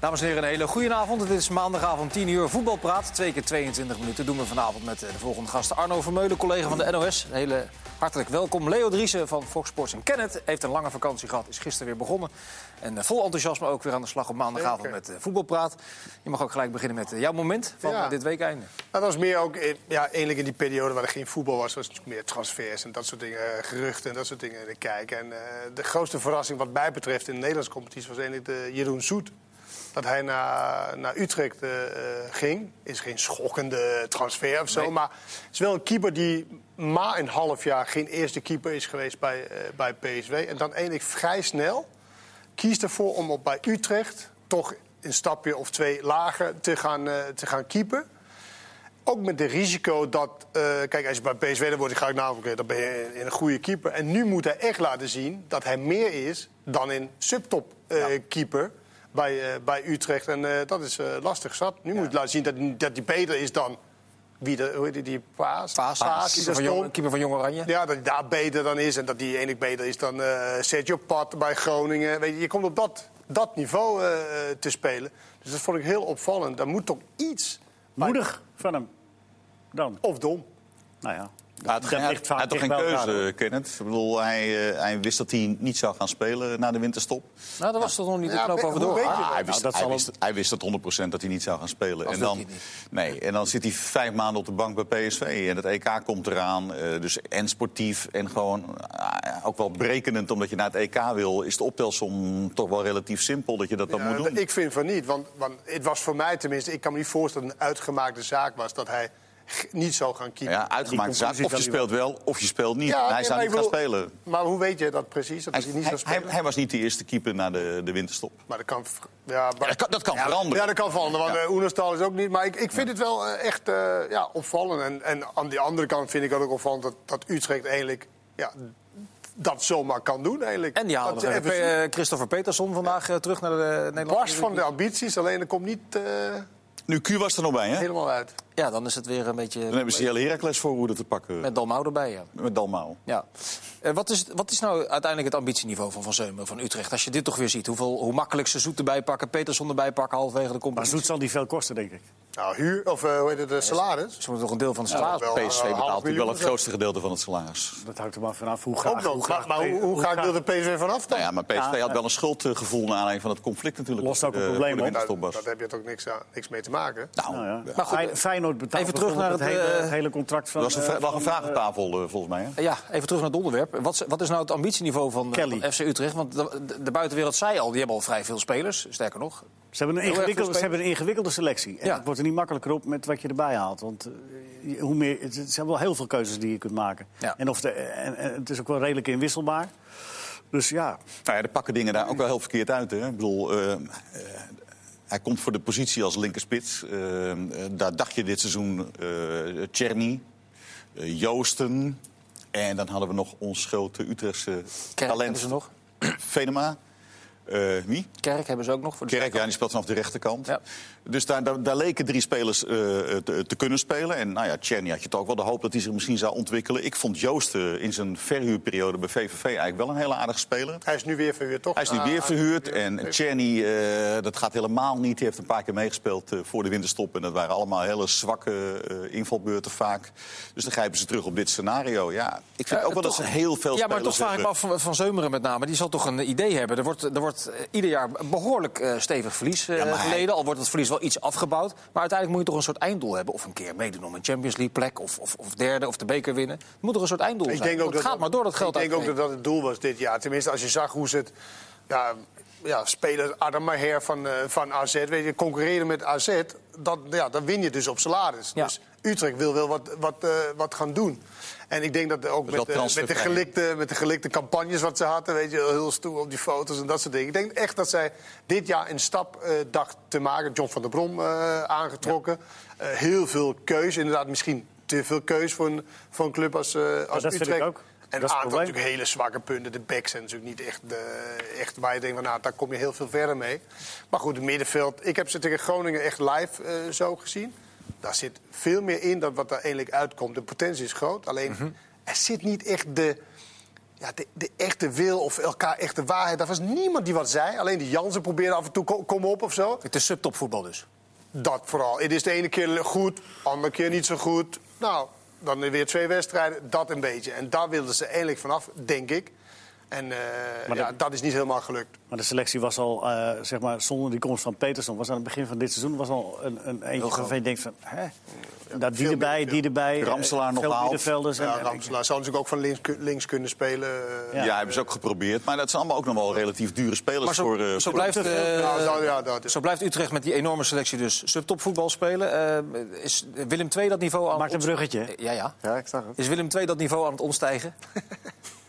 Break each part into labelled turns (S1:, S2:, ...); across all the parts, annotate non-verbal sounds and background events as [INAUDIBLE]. S1: Dames en heren, een hele goede avond. Het is maandagavond 10 uur voetbalpraat. Twee keer 22 minuten doen we vanavond met eh, de volgende gasten. Arno Vermeulen, collega van de NOS. Een hele hartelijk welkom. Leo Driessen van Fox Sports en Kenneth heeft een lange vakantie gehad. Is gisteren weer begonnen. En eh, vol enthousiasme ook weer aan de slag op maandagavond
S2: Zeker.
S1: met eh, voetbalpraat. Je mag ook gelijk beginnen met eh, jouw moment van
S2: Ja.
S1: eh, dit weekeinde.
S2: Nou, dat was meer ook eh, ja, eigenlijk in die periode waar er geen voetbal was. was het meer transfers en dat soort dingen, eh, geruchten en dat soort dingen in de kijk. En eh, de grootste verrassing wat mij betreft in de Nederlandse competitie was eigenlijk de Jeroen Zoet. Dat hij naar, naar Utrecht eh, eh, ging. Is geen schokkende transfer of zo.
S1: Nee.
S2: Maar het is wel een keeper die maar een half jaar geen eerste keeper is geweest bij, eh, bij PSV. En dan eigenlijk vrij snel kiest ervoor om op, bij Utrecht toch een stapje of twee lager te gaan, eh, te gaan keepen. Ook met het risico dat... eh, kijk, als je bij PSV dan wordt, dan ga ik namelijk... dan ben je een goede keeper. En nu moet hij echt laten zien dat hij meer is dan een subtop eh, keeper bij, eh, bij Utrecht. En eh, dat is eh, lastig zat. Nu moet hij laten zien dat, dat hij beter is dan... Wie de, hoe heet die, die Paas?
S1: Paas,
S2: die
S1: keeper,
S2: daar
S1: van Jong,
S2: stond.
S1: keeper van Jong Oranje.
S2: Ja, dat hij daar beter dan is en dat hij enig beter is dan eh Sergio Pat bij Groningen. Weet je, je komt op dat, dat niveau eh, eh, te spelen. Dus dat vond ik heel opvallend. Daar moet toch iets...
S3: Moedig van hem. Dan.
S2: Of dom.
S3: Nou ja.
S4: Hij had, geen- hij had- hij had toch geen
S3: dicht bij elkaar,
S4: keuze,
S3: hoor.
S4: Kenneth? Ik bedoel, hij, eh, hij wist dat hij niet zou gaan spelen na de winterstop.
S1: Nou, daar was toch nog niet de
S2: Ja,
S1: knoop
S2: hoe
S1: over
S2: weet
S1: door.
S2: je Nou,
S4: Ah, hij, wist,
S3: dat
S4: hij,
S3: zal
S4: wist, hij wist dat 100% dat hij niet zou gaan spelen. En
S1: doet
S4: dan,
S1: hij
S4: nee, en dan zit hij vijf maanden op de bank bij PSV. En het EK komt eraan. eh, dus en sportief en gewoon ah, ook wel brekenend. Omdat je naar het EK wil, is de optelsom toch wel relatief simpel dat je dat dan
S2: Ja,
S4: moet doen.
S2: Ik vind van niet, want, want het was voor mij tenminste... Ik kan me niet voorstellen dat het een uitgemaakte zaak was dat hij g- niet zou gaan keepen.
S4: ja, uitgemaakt
S2: Die conclusie
S4: zaak. Of je
S2: kan niet-
S4: speelt wel, of je speelt niet.
S2: Ja,
S4: En hij
S2: nee,
S4: zou
S2: maar
S4: niet
S2: ik
S4: gaan
S2: bedoel-
S4: spelen.
S2: Maar hoe weet je dat precies, dat
S4: Hij,
S2: hij, niet
S4: hij-
S2: zou spelen?
S4: hij- hij was niet de eerste keeper na de, de winterstop.
S2: Maar dat kan... v- Ja, maar-
S4: Ja, dat kan- dat kan veranderen.
S2: Ja, dat kan veranderen, want eh, Oenerstal is ook niet... Maar ik, ik vind het wel eh, echt eh, ja, opvallend. En, en aan de andere kant vind ik het ook opvallend dat, dat Utrecht eigenlijk... Ja, dat zomaar kan doen, eigenlijk.
S1: En die haalde
S2: Dat
S1: nog
S2: ze
S1: even,
S2: even zien.
S1: eh, Christopher Peterson vandaag eh, terug naar de Nederlandse...
S2: Bars van de ambities, alleen er komt niet eh,
S4: Nu, Q was er nog bij, hè?
S2: helemaal uit.
S1: Ja, dan is het weer een beetje
S4: Dan hebben ze die hele Heracles voorhoede te pakken. Met,
S1: met Dalmau erbij, ja.
S4: Dalmau.
S1: Ja. Eh, wat, is, wat is nou uiteindelijk het ambitieniveau van Van Zeumer, van Utrecht? Als je dit toch weer ziet, hoeveel, hoe makkelijk ze Zoet erbij pakken... Peterson erbij pakken, halverwege de
S3: Maar
S1: competitie.
S3: Zoet zal die veel kosten, denk ik.
S2: Nou, huur, of eh, hoe heet het, eh, salaris?
S1: Ze moeten toch een deel van de salaris...
S2: wel. eh, Ah,
S4: PSV
S2: half
S4: betaalt natuurlijk wel
S2: miljoen
S4: het grootste gedeelte van het salaris.
S3: Dat hangt er maar vanaf hoe
S2: Ook
S3: graag...
S2: nog. Maar, maar hoe, hoe graag wil de PSV vanaf dan?
S4: Nou ja, maar PSV
S3: Ja,
S4: had wel een schuldgevoel naar aanleiding van het conflict natuurlijk.
S3: Lost ook een
S4: eh,
S3: probleem
S4: voor de
S3: op.
S4: winterstop
S2: Nou,
S4: was.
S2: dat heb je toch niks, aan, niks mee te maken?
S4: Nou,
S3: Nou ja.
S4: ja.
S1: Maar goed,
S3: Fey- Feyenoord betaalt
S1: even terug naar
S3: bijvoorbeeld
S1: het,
S3: hele,
S1: eh,
S3: het hele contract van...
S4: er was een, vra-
S3: eh,
S4: lag een
S3: van,
S4: vraag op tafel, eh, volgens mij. Hè?
S1: Ja, even terug naar het onderwerp. Wat, wat is nou het ambitieniveau van, eh,
S3: Kelly.
S1: van FC Utrecht? Want de, de- de buitenwereld zei al, die hebben al vrij veel spelers. Sterker nog,
S3: Ze hebben, een
S1: Heel erg
S3: ingewikkelde,
S1: veel
S3: ze hebben een ingewikkelde selectie. En
S1: Ja.
S3: het wordt er niet makkelijker op met wat je erbij haalt. Want eh, je- hoe meer, het, het zijn wel heel veel keuzes die je kunt maken.
S1: Ja.
S3: En, of de, en, en het is ook wel redelijk inwisselbaar. Dus ja,
S4: Nou ja, de pakken dingen daar ook wel heel verkeerd uit. Hè? Ik bedoel, eh, eh, hij komt voor de positie als linkerspits. Eh, eh, daar dacht je dit seizoen eh Tjerni, eh, Joosten. En dan hadden we nog ons grote Utrechtse
S1: Kerk
S4: talent.
S1: hebben ze nog.
S4: [CLEARS THROAT] Venema. Eh, wie?
S1: Kerk hebben ze ook nog. Voor de
S4: Kerk, ja, die speelt vanaf de rechterkant.
S1: Ja.
S4: Dus daar, daar, daar leken drie spelers eh, te, te kunnen spelen. En nou ja, Tjerni had je toch ook wel de hoop dat hij zich misschien zou ontwikkelen. Ik vond Joost eh, in zijn verhuurperiode bij VVV eigenlijk wel een hele aardige speler.
S2: Hij is nu weer verhuurd, toch?
S4: Hij is nu
S2: Ah,
S4: weer verhuurd en
S2: Zeker.
S4: Tjerni, eh, dat gaat helemaal niet. Die heeft een paar keer meegespeeld eh, voor de winterstop. En dat waren allemaal hele zwakke eh, invalbeurten vaak. Dus dan grijpen ze terug op dit scenario. Ja, ik vind
S1: Ja,
S4: ook wel
S1: Eh, toch-
S4: dat ze heel veel
S1: Ja, maar toch
S4: spelers
S1: vraag ik me
S4: hebben.
S1: af van, van Zeumeren met name. Die zal toch een idee hebben. Er wordt, er wordt eh, ieder jaar behoorlijk eh, stevig verlies eh,
S4: maar hij-
S1: geleden. Al wordt dat verlies wel iets afgebouwd. Maar uiteindelijk moet je toch een soort einddoel hebben. Of een keer meedoen om een Champions League plek. Of, of, of derde of de beker winnen. Er moet toch een soort einddoel
S2: Ik
S1: zijn.
S2: denk ook
S1: Want
S2: dat
S1: het gaat maar door dat geld
S2: Ik denk ook
S1: uitgeven.
S2: dat dat het doel was dit jaar. Tenminste, als je zag hoe ze het... Ja, ja, spelers Adam Maher van, eh, van AZ, weet je, concurreren met AZ... Dat, ja, dan win je dus op salaris.
S1: Ja.
S2: Dus Utrecht wil wel wat, wat, eh, wat gaan doen. En ik denk dat ook met,
S4: wel
S2: de- met, de
S4: transfervrij.
S2: gelikte, met de gelikte campagnes wat ze hadden... weet je, heel stoer op die foto's en dat soort dingen. Ik denk echt dat zij dit jaar een stap eh, dacht te maken. John van der Brom eh, aangetrokken. Eh, heel veel keus, inderdaad misschien te veel keus voor een, voor een club als, eh, als
S3: dat vind
S2: Utrecht.
S3: ik ook.
S2: En
S3: Dat
S2: een
S3: is het
S2: aantal
S3: probleem.
S2: natuurlijk hele zwakke punten. De backs zijn natuurlijk niet echt, eh, echt waar je denkt van nou, daar kom je heel veel verder mee. Maar goed, het middenveld. Ik heb ze tegen Groningen echt live eh, zo gezien. Daar zit veel
S3: Mhm.
S2: meer in dan wat daar eigenlijk uitkomt. De potentie is groot. Alleen er zit niet echt de, ja, de, de echte wil of elkaar echte waarheid, daar was niemand die wat zei. Alleen de Jansen probeerde af en toe ko- kom op of zo.
S1: Het is subtopvoetbal dus.
S2: Dat vooral. Het is de ene keer goed, de andere keer niet zo goed. Nou, dan weer twee wedstrijden, dat een beetje. En daar wilden ze eindelijk vanaf, denk ik. En eh,
S3: Maar
S2: ja,
S3: dat-
S2: dat is niet helemaal gelukt.
S3: Maar de selectie was al, eh, zeg maar, zonder die komst van Peterson... was aan het begin van dit seizoen was al een, een eentje waarvan je denkt van... Hè? dat die
S2: veel
S3: erbij,
S2: meer,
S3: die erbij. eh,
S4: Ramselaar nog
S3: veel
S4: behaald.
S3: middenvelders en-
S2: Ja,
S3: en-
S2: Ramselaar zou natuurlijk ook van links, ku- links kunnen spelen. eh.
S4: Ja, hebben ze ook geprobeerd. Maar dat zijn allemaal ook nog wel relatief dure spelers
S1: Maar zo,
S4: voor... eh,
S1: zo, blijft, eh,
S2: Ja, zou- ja, dat is.
S1: zo blijft Utrecht met die enorme selectie dus subtopvoetbal spelen. Eh, is Willem II dat niveau aan
S3: Maakt een
S1: het opst-
S3: bruggetje.
S1: Ja, ja.
S5: Ja, ik zag het.
S1: Is Willem II dat niveau aan het omstijgen?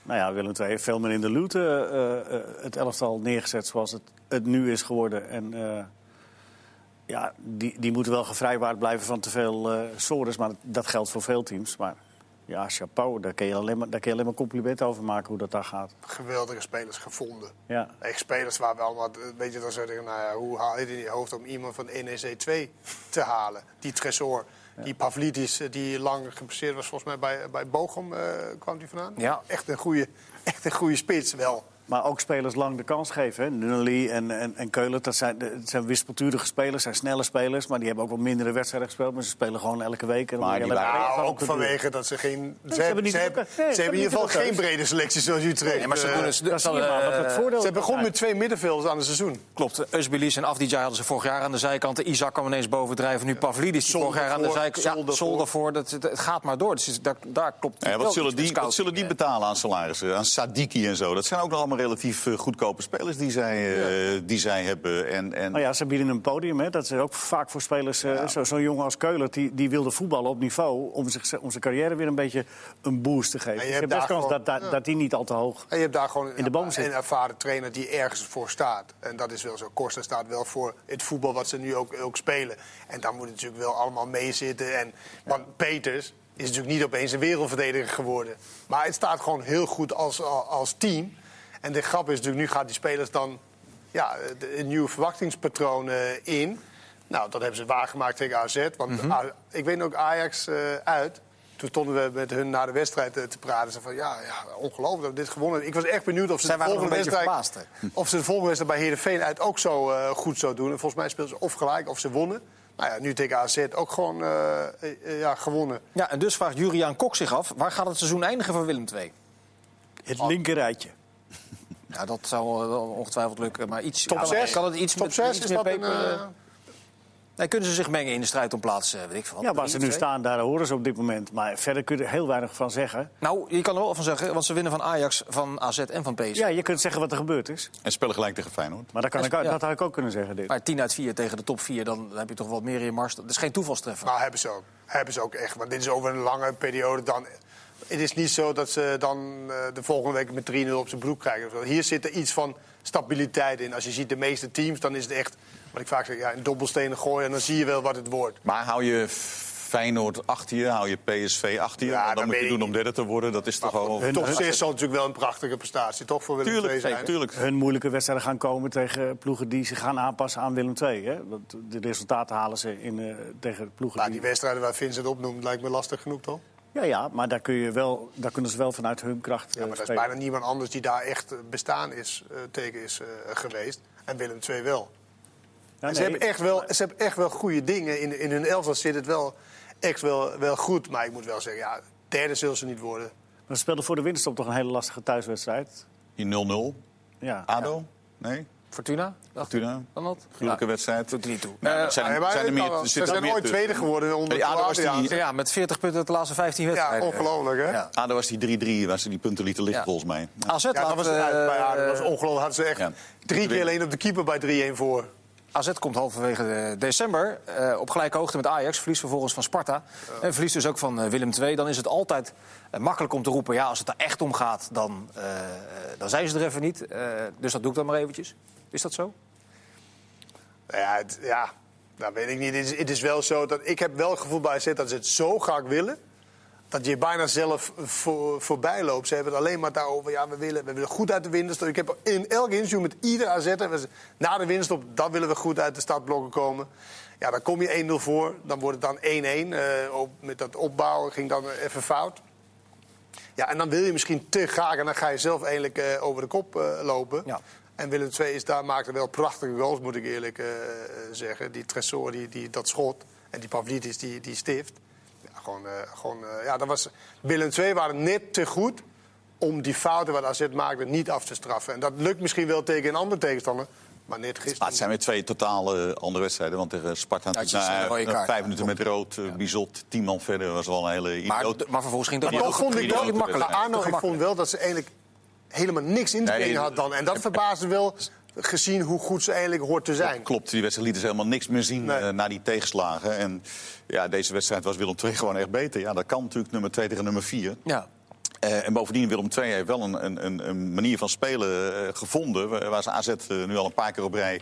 S3: Nou ja, Willem II heeft veel meer in de luwte eh, eh, het elftal neergezet zoals het, het nu is geworden. En eh, ja, die, die moeten wel gevrijwaard blijven van te veel eh sores, maar dat geldt voor veel teams. Maar ja, chapeau, daar kun je alleen maar, daar kun je alleen maar complimenten over maken hoe dat daar gaat.
S2: Geweldige spelers gevonden.
S3: Ja.
S2: Echt spelers waar we allemaal, eh, weet je, dan zou je zeggen, nou ja, hoe haal je het in je hoofd om iemand van NEC 2 te halen? Die Tresor, die Pavlidis, eh, die lang gepasseerd was volgens mij bij, bij Bochum, eh, kwam die vandaan?
S1: Ja.
S2: Echt een goede, echt een goede spits wel.
S3: Maar ook spelers lang de kans geven. hè. Nunnally en, en, en Keulen, dat zijn, dat zijn wispelturige spelers, zijn snelle spelers. Maar die hebben ook wel mindere wedstrijden gespeeld. Maar ze spelen gewoon elke week. En dan
S4: Maar
S3: moet je
S4: die
S3: alleen
S4: waren-
S3: maar
S2: Nou,
S3: van
S2: ook
S3: te doen.
S2: vanwege dat ze geen...
S3: ze hebben niet
S2: ze
S3: de
S2: hebben,
S3: keuze. Nee,
S2: ze
S3: ze
S2: hebben in ieder
S3: hebben
S2: geval
S3: niet de
S2: geen
S3: keuze.
S2: brede selectie zoals Utrecht.
S1: Nee, maar ze
S2: Eh,
S1: doen- ze-
S3: Dat
S1: ze
S3: zie je
S1: hadden,
S3: maar, wat het
S1: eh,
S3: voordeel
S2: ze
S3: is
S2: begonnen
S3: dat-
S2: met twee middenvelders aan het seizoen.
S1: Klopt, Özbeliz en Afdijay hadden ze vorig jaar aan de zijkanten. Isaac kwam ineens bovendrijven. Nu Pavlidis, die
S2: Sol
S1: vorig jaar aan de
S2: ervoor,
S1: zijkant. Ja,
S2: Sol ervoor.
S1: Sol ervoor. Dat, dat- het gaat maar door. Dus is- daar, daar klopt
S4: Ja,
S1: wel
S4: wat, zullen
S1: iets met
S4: die, wat
S1: scouting.
S4: zullen die betalen aan salarissen? Aan Sadiki en zo. Dat zijn ook nog allemaal relatief eh, goedkope spelers die zij, eh, die zij hebben. En, en
S3: Nou ja, ze bieden een podium. Hè. Dat is ook vaak voor spelers. eh, zo- Zo'n jongen als Keuler, die, die wilde voetballen op niveau... Om, zich, om zijn carrière weer een beetje een boost te geven. Dus
S2: je
S3: Ik
S2: hebt
S3: heb best
S2: daar
S3: kans
S2: gewoon-
S3: dat, dat, dat die niet al te hoog...
S2: En je hebt daar gewoon
S3: In de boom
S2: een,
S3: zitten.
S2: een ervaren trainer die ergens voor staat. En dat is wel zo. Costa staat wel voor het voetbal wat ze nu ook, ook spelen. En daar moet het natuurlijk wel allemaal mee zitten. En, Want Peters is natuurlijk niet opeens een wereldverdediger geworden. Maar het staat gewoon heel goed als, als team. En de grap is natuurlijk, nu gaan die spelers dan ja, de- een nieuw verwachtingspatroon eh, in. Nou, dat hebben ze waargemaakt tegen AZ. Want A- ik weet ook Ajax eh, uit. Toen stonden we met hun na de wedstrijd eh, te praten. Ze van, ja, ja, ongelooflijk dat we dit gewonnen hebben. Ik was echt benieuwd of ze,
S1: Zij
S2: de
S1: waren nog
S2: volgende,
S1: een beetje
S2: wedstrijd,
S1: verbaasd,
S2: [LAUGHS] of ze de volgende wedstrijd bij Heerenveen uit ook zo eh, goed zou doen. En volgens mij speelden ze of gelijk of ze wonnen. Nou ja, nu tegen AZ ook gewoon eh, eh, eh, ja, gewonnen.
S1: Ja, en dus vraagt Juriaan Kok zich af... waar gaat het seizoen eindigen voor Willem II?
S3: Het linkerrijtje.
S1: Ja, dat zou eh, wel ongetwijfeld lukken, maar iets...
S2: Top
S1: kan,
S2: 6?
S1: kan het iets
S2: Top
S1: met,
S2: 6
S1: iets
S2: is
S1: meer
S2: dat een...
S1: peper, eh,
S2: eh,
S1: nee, kunnen ze zich mengen in de strijd om plaats, eh, weet ik veel. wat,
S3: Ja, waar ze
S1: drie,
S3: nu
S1: twee?
S3: staan, daar horen ze op dit moment. Maar verder kun je er heel weinig van zeggen.
S1: Nou, je kan er wel van zeggen, want ze winnen van Ajax, van AZ en van PSV.
S3: Ja, je kunt zeggen wat er gebeurd is.
S4: en spelen gelijk tegen Feyenoord.
S3: Maar dat, kan ik,
S1: Ja.
S3: ook- dat had ik ook kunnen zeggen, dit.
S1: Maar 10 uit 4 tegen de top 4, dan heb je toch wat meer in je mars. Dat is geen toevalstreffer.
S2: Maar Nou, hebben ze ook. Hebben ze ook echt. Want dit is over een lange periode dan... Het is niet zo dat ze dan eh, de volgende week met 3-0 op zijn broek krijgen. of zo. Hier zit er iets van stabiliteit in. Als je ziet de meeste teams, dan is het echt... Wat ik vaak zeg, ja, in dobbelstenen gooien en dan zie je wel wat het wordt.
S4: Maar hou je Feyenoord achter je, hou je PSV achter je...
S2: Ja,
S4: dan,
S2: dat
S4: moet je
S2: weet
S4: doen
S2: ik
S4: om derde te worden. Dat is toch wel...
S2: Top 6 zal natuurlijk wel een prachtige prestatie, toch? Voor Willem II
S4: Tuurlijk,
S2: zijn.
S4: tuurlijk.
S3: hun moeilijke wedstrijden gaan komen tegen ploegen die zich gaan aanpassen aan Willem II. Hè? Want de resultaten halen ze in, eh, tegen ploegen
S2: Maar
S3: die...
S2: Nou, die wedstrijden waar Vincent opnoemt, lijkt me lastig genoeg, toch?
S3: Ja, ja, maar daar, kun je wel, daar kunnen ze wel vanuit hun kracht
S2: Ja, maar
S3: eh,
S2: er is
S3: spelen.
S2: bijna niemand anders die daar echt eh, bestaan is, eh, tegen is eh, geweest. En Willem II wel.
S3: Ja,
S2: Ze,
S3: nee.
S2: hebben echt wel, ze hebben echt wel goede dingen. In, in hun elftal zit het wel echt wel, wel goed. Maar ik moet wel zeggen, ja, derde zullen ze niet worden.
S3: Maar Ze speelden voor de winterstop toch een hele lastige thuiswedstrijd.
S4: Die 0-0.
S3: Ja.
S2: Ah,
S4: ADO? Nee?
S1: Fortuna? Dacht ik
S4: Fortuna?
S1: dan dat?
S4: Gruwelijke
S1: Ja.
S4: wedstrijd.
S1: Doet er niet toe.
S4: Nou,
S1: Eh,
S4: er zijn,
S2: Ja, maar
S4: zijn er
S2: het
S4: meer,
S2: kan wel.
S4: er
S2: ze
S4: zitten
S2: zijn
S4: er meer
S2: ooit
S4: tussen.
S2: tweede geworden onder
S4: Hey, ADO was
S2: Adriaan.
S4: die-
S1: Ja, met 40 punten uit de laatste 15
S2: Ja,
S1: wedstrijden.
S2: ongelooflijk, hè? Ja,
S4: ADO was die 3-3, waar ze die punten lieten liggen
S1: Ja.
S4: volgens mij. Ja.
S1: AZ, laat,
S2: dat was het uit bij
S1: eh,
S2: ADO. Dat was ongelooflijk. Hadden ze echt
S4: Ja.
S2: drie keer alleen op de keeper bij 3-1 voor.
S1: AZ komt halverwege eh, december eh, op gelijke hoogte met Ajax. Verliest vervolgens van Sparta. En verliest dus ook van eh, Willem II. Dan is het altijd eh, makkelijk om te roepen... ja, als het er echt om gaat, dan, eh, dan zijn ze er even niet. Eh, dus dat doe ik dan maar eventjes. Is dat zo?
S2: Nou Ja, het, ja, dat weet ik niet. Het is, het is wel zo dat ik heb wel het gevoel bij AZ dat ze het zo graag willen. Dat je bijna zelf voor, voorbij loopt. Ze hebben het alleen maar daarover. Ja, we willen, we willen goed uit de winterstop. Ik heb in elk interview met ieder AZ. Na de winterstop, dan willen we goed uit de startblokken komen. Ja, dan kom je 1-0 voor. Dan wordt het dan 1-1. Eh, op- met dat opbouwen ging dan even fout. Ja, en dan wil je misschien te graag en dan ga je zelf eigenlijk eh, over de kop eh, lopen.
S1: Ja.
S2: En Willem II is daar maakte wel prachtige goals, moet ik eerlijk eh, zeggen. Die Tresor, die, die, dat schot. En die Pavlidis, die, die stift. Ja, gewoon, eh, gewoon, eh, ja, dat was, Willem II waren net te goed om die fouten wat AZ maakte niet af te straffen. En dat lukt misschien wel tegen een andere tegenstander, maar net
S4: Maar
S2: gisteren.
S4: Ah, het zijn weer twee totaal eh, andere wedstrijden. Want tegen Sparta
S1: Ja, het is
S4: natuurlijk
S1: een
S4: na,
S1: rode
S4: na
S1: kaart,
S4: vijf
S1: ja,
S4: minuten met rood. eh, Bizot, tien man verder. was wel een hele
S1: Maar,
S4: idioot.
S1: maar vervolgens ging dat
S4: Maar
S2: Toch
S4: ook
S2: vond
S4: een
S2: ik wel
S4: idiote
S2: makkelijk.
S4: wedstrijd.
S2: Arno, ik vond wel dat ze eigenlijk helemaal niks in te
S4: Nee,
S2: brengen had dan. En dat verbaasde wel, gezien hoe goed ze eigenlijk hoort te zijn.
S4: Klopt, die wedstrijd liet dus helemaal niks meer zien
S2: Nee.
S4: eh, na die tegenslagen. En ja, deze wedstrijd was Willem II gewoon echt beter. Ja, dat kan natuurlijk nummer 2 tegen nummer 4.
S1: Ja.
S4: Eh, en bovendien, Willem II heeft wel een, een- een, een manier van spelen eh, gevonden... wa- waar ze AZ eh, nu al een paar keer op rij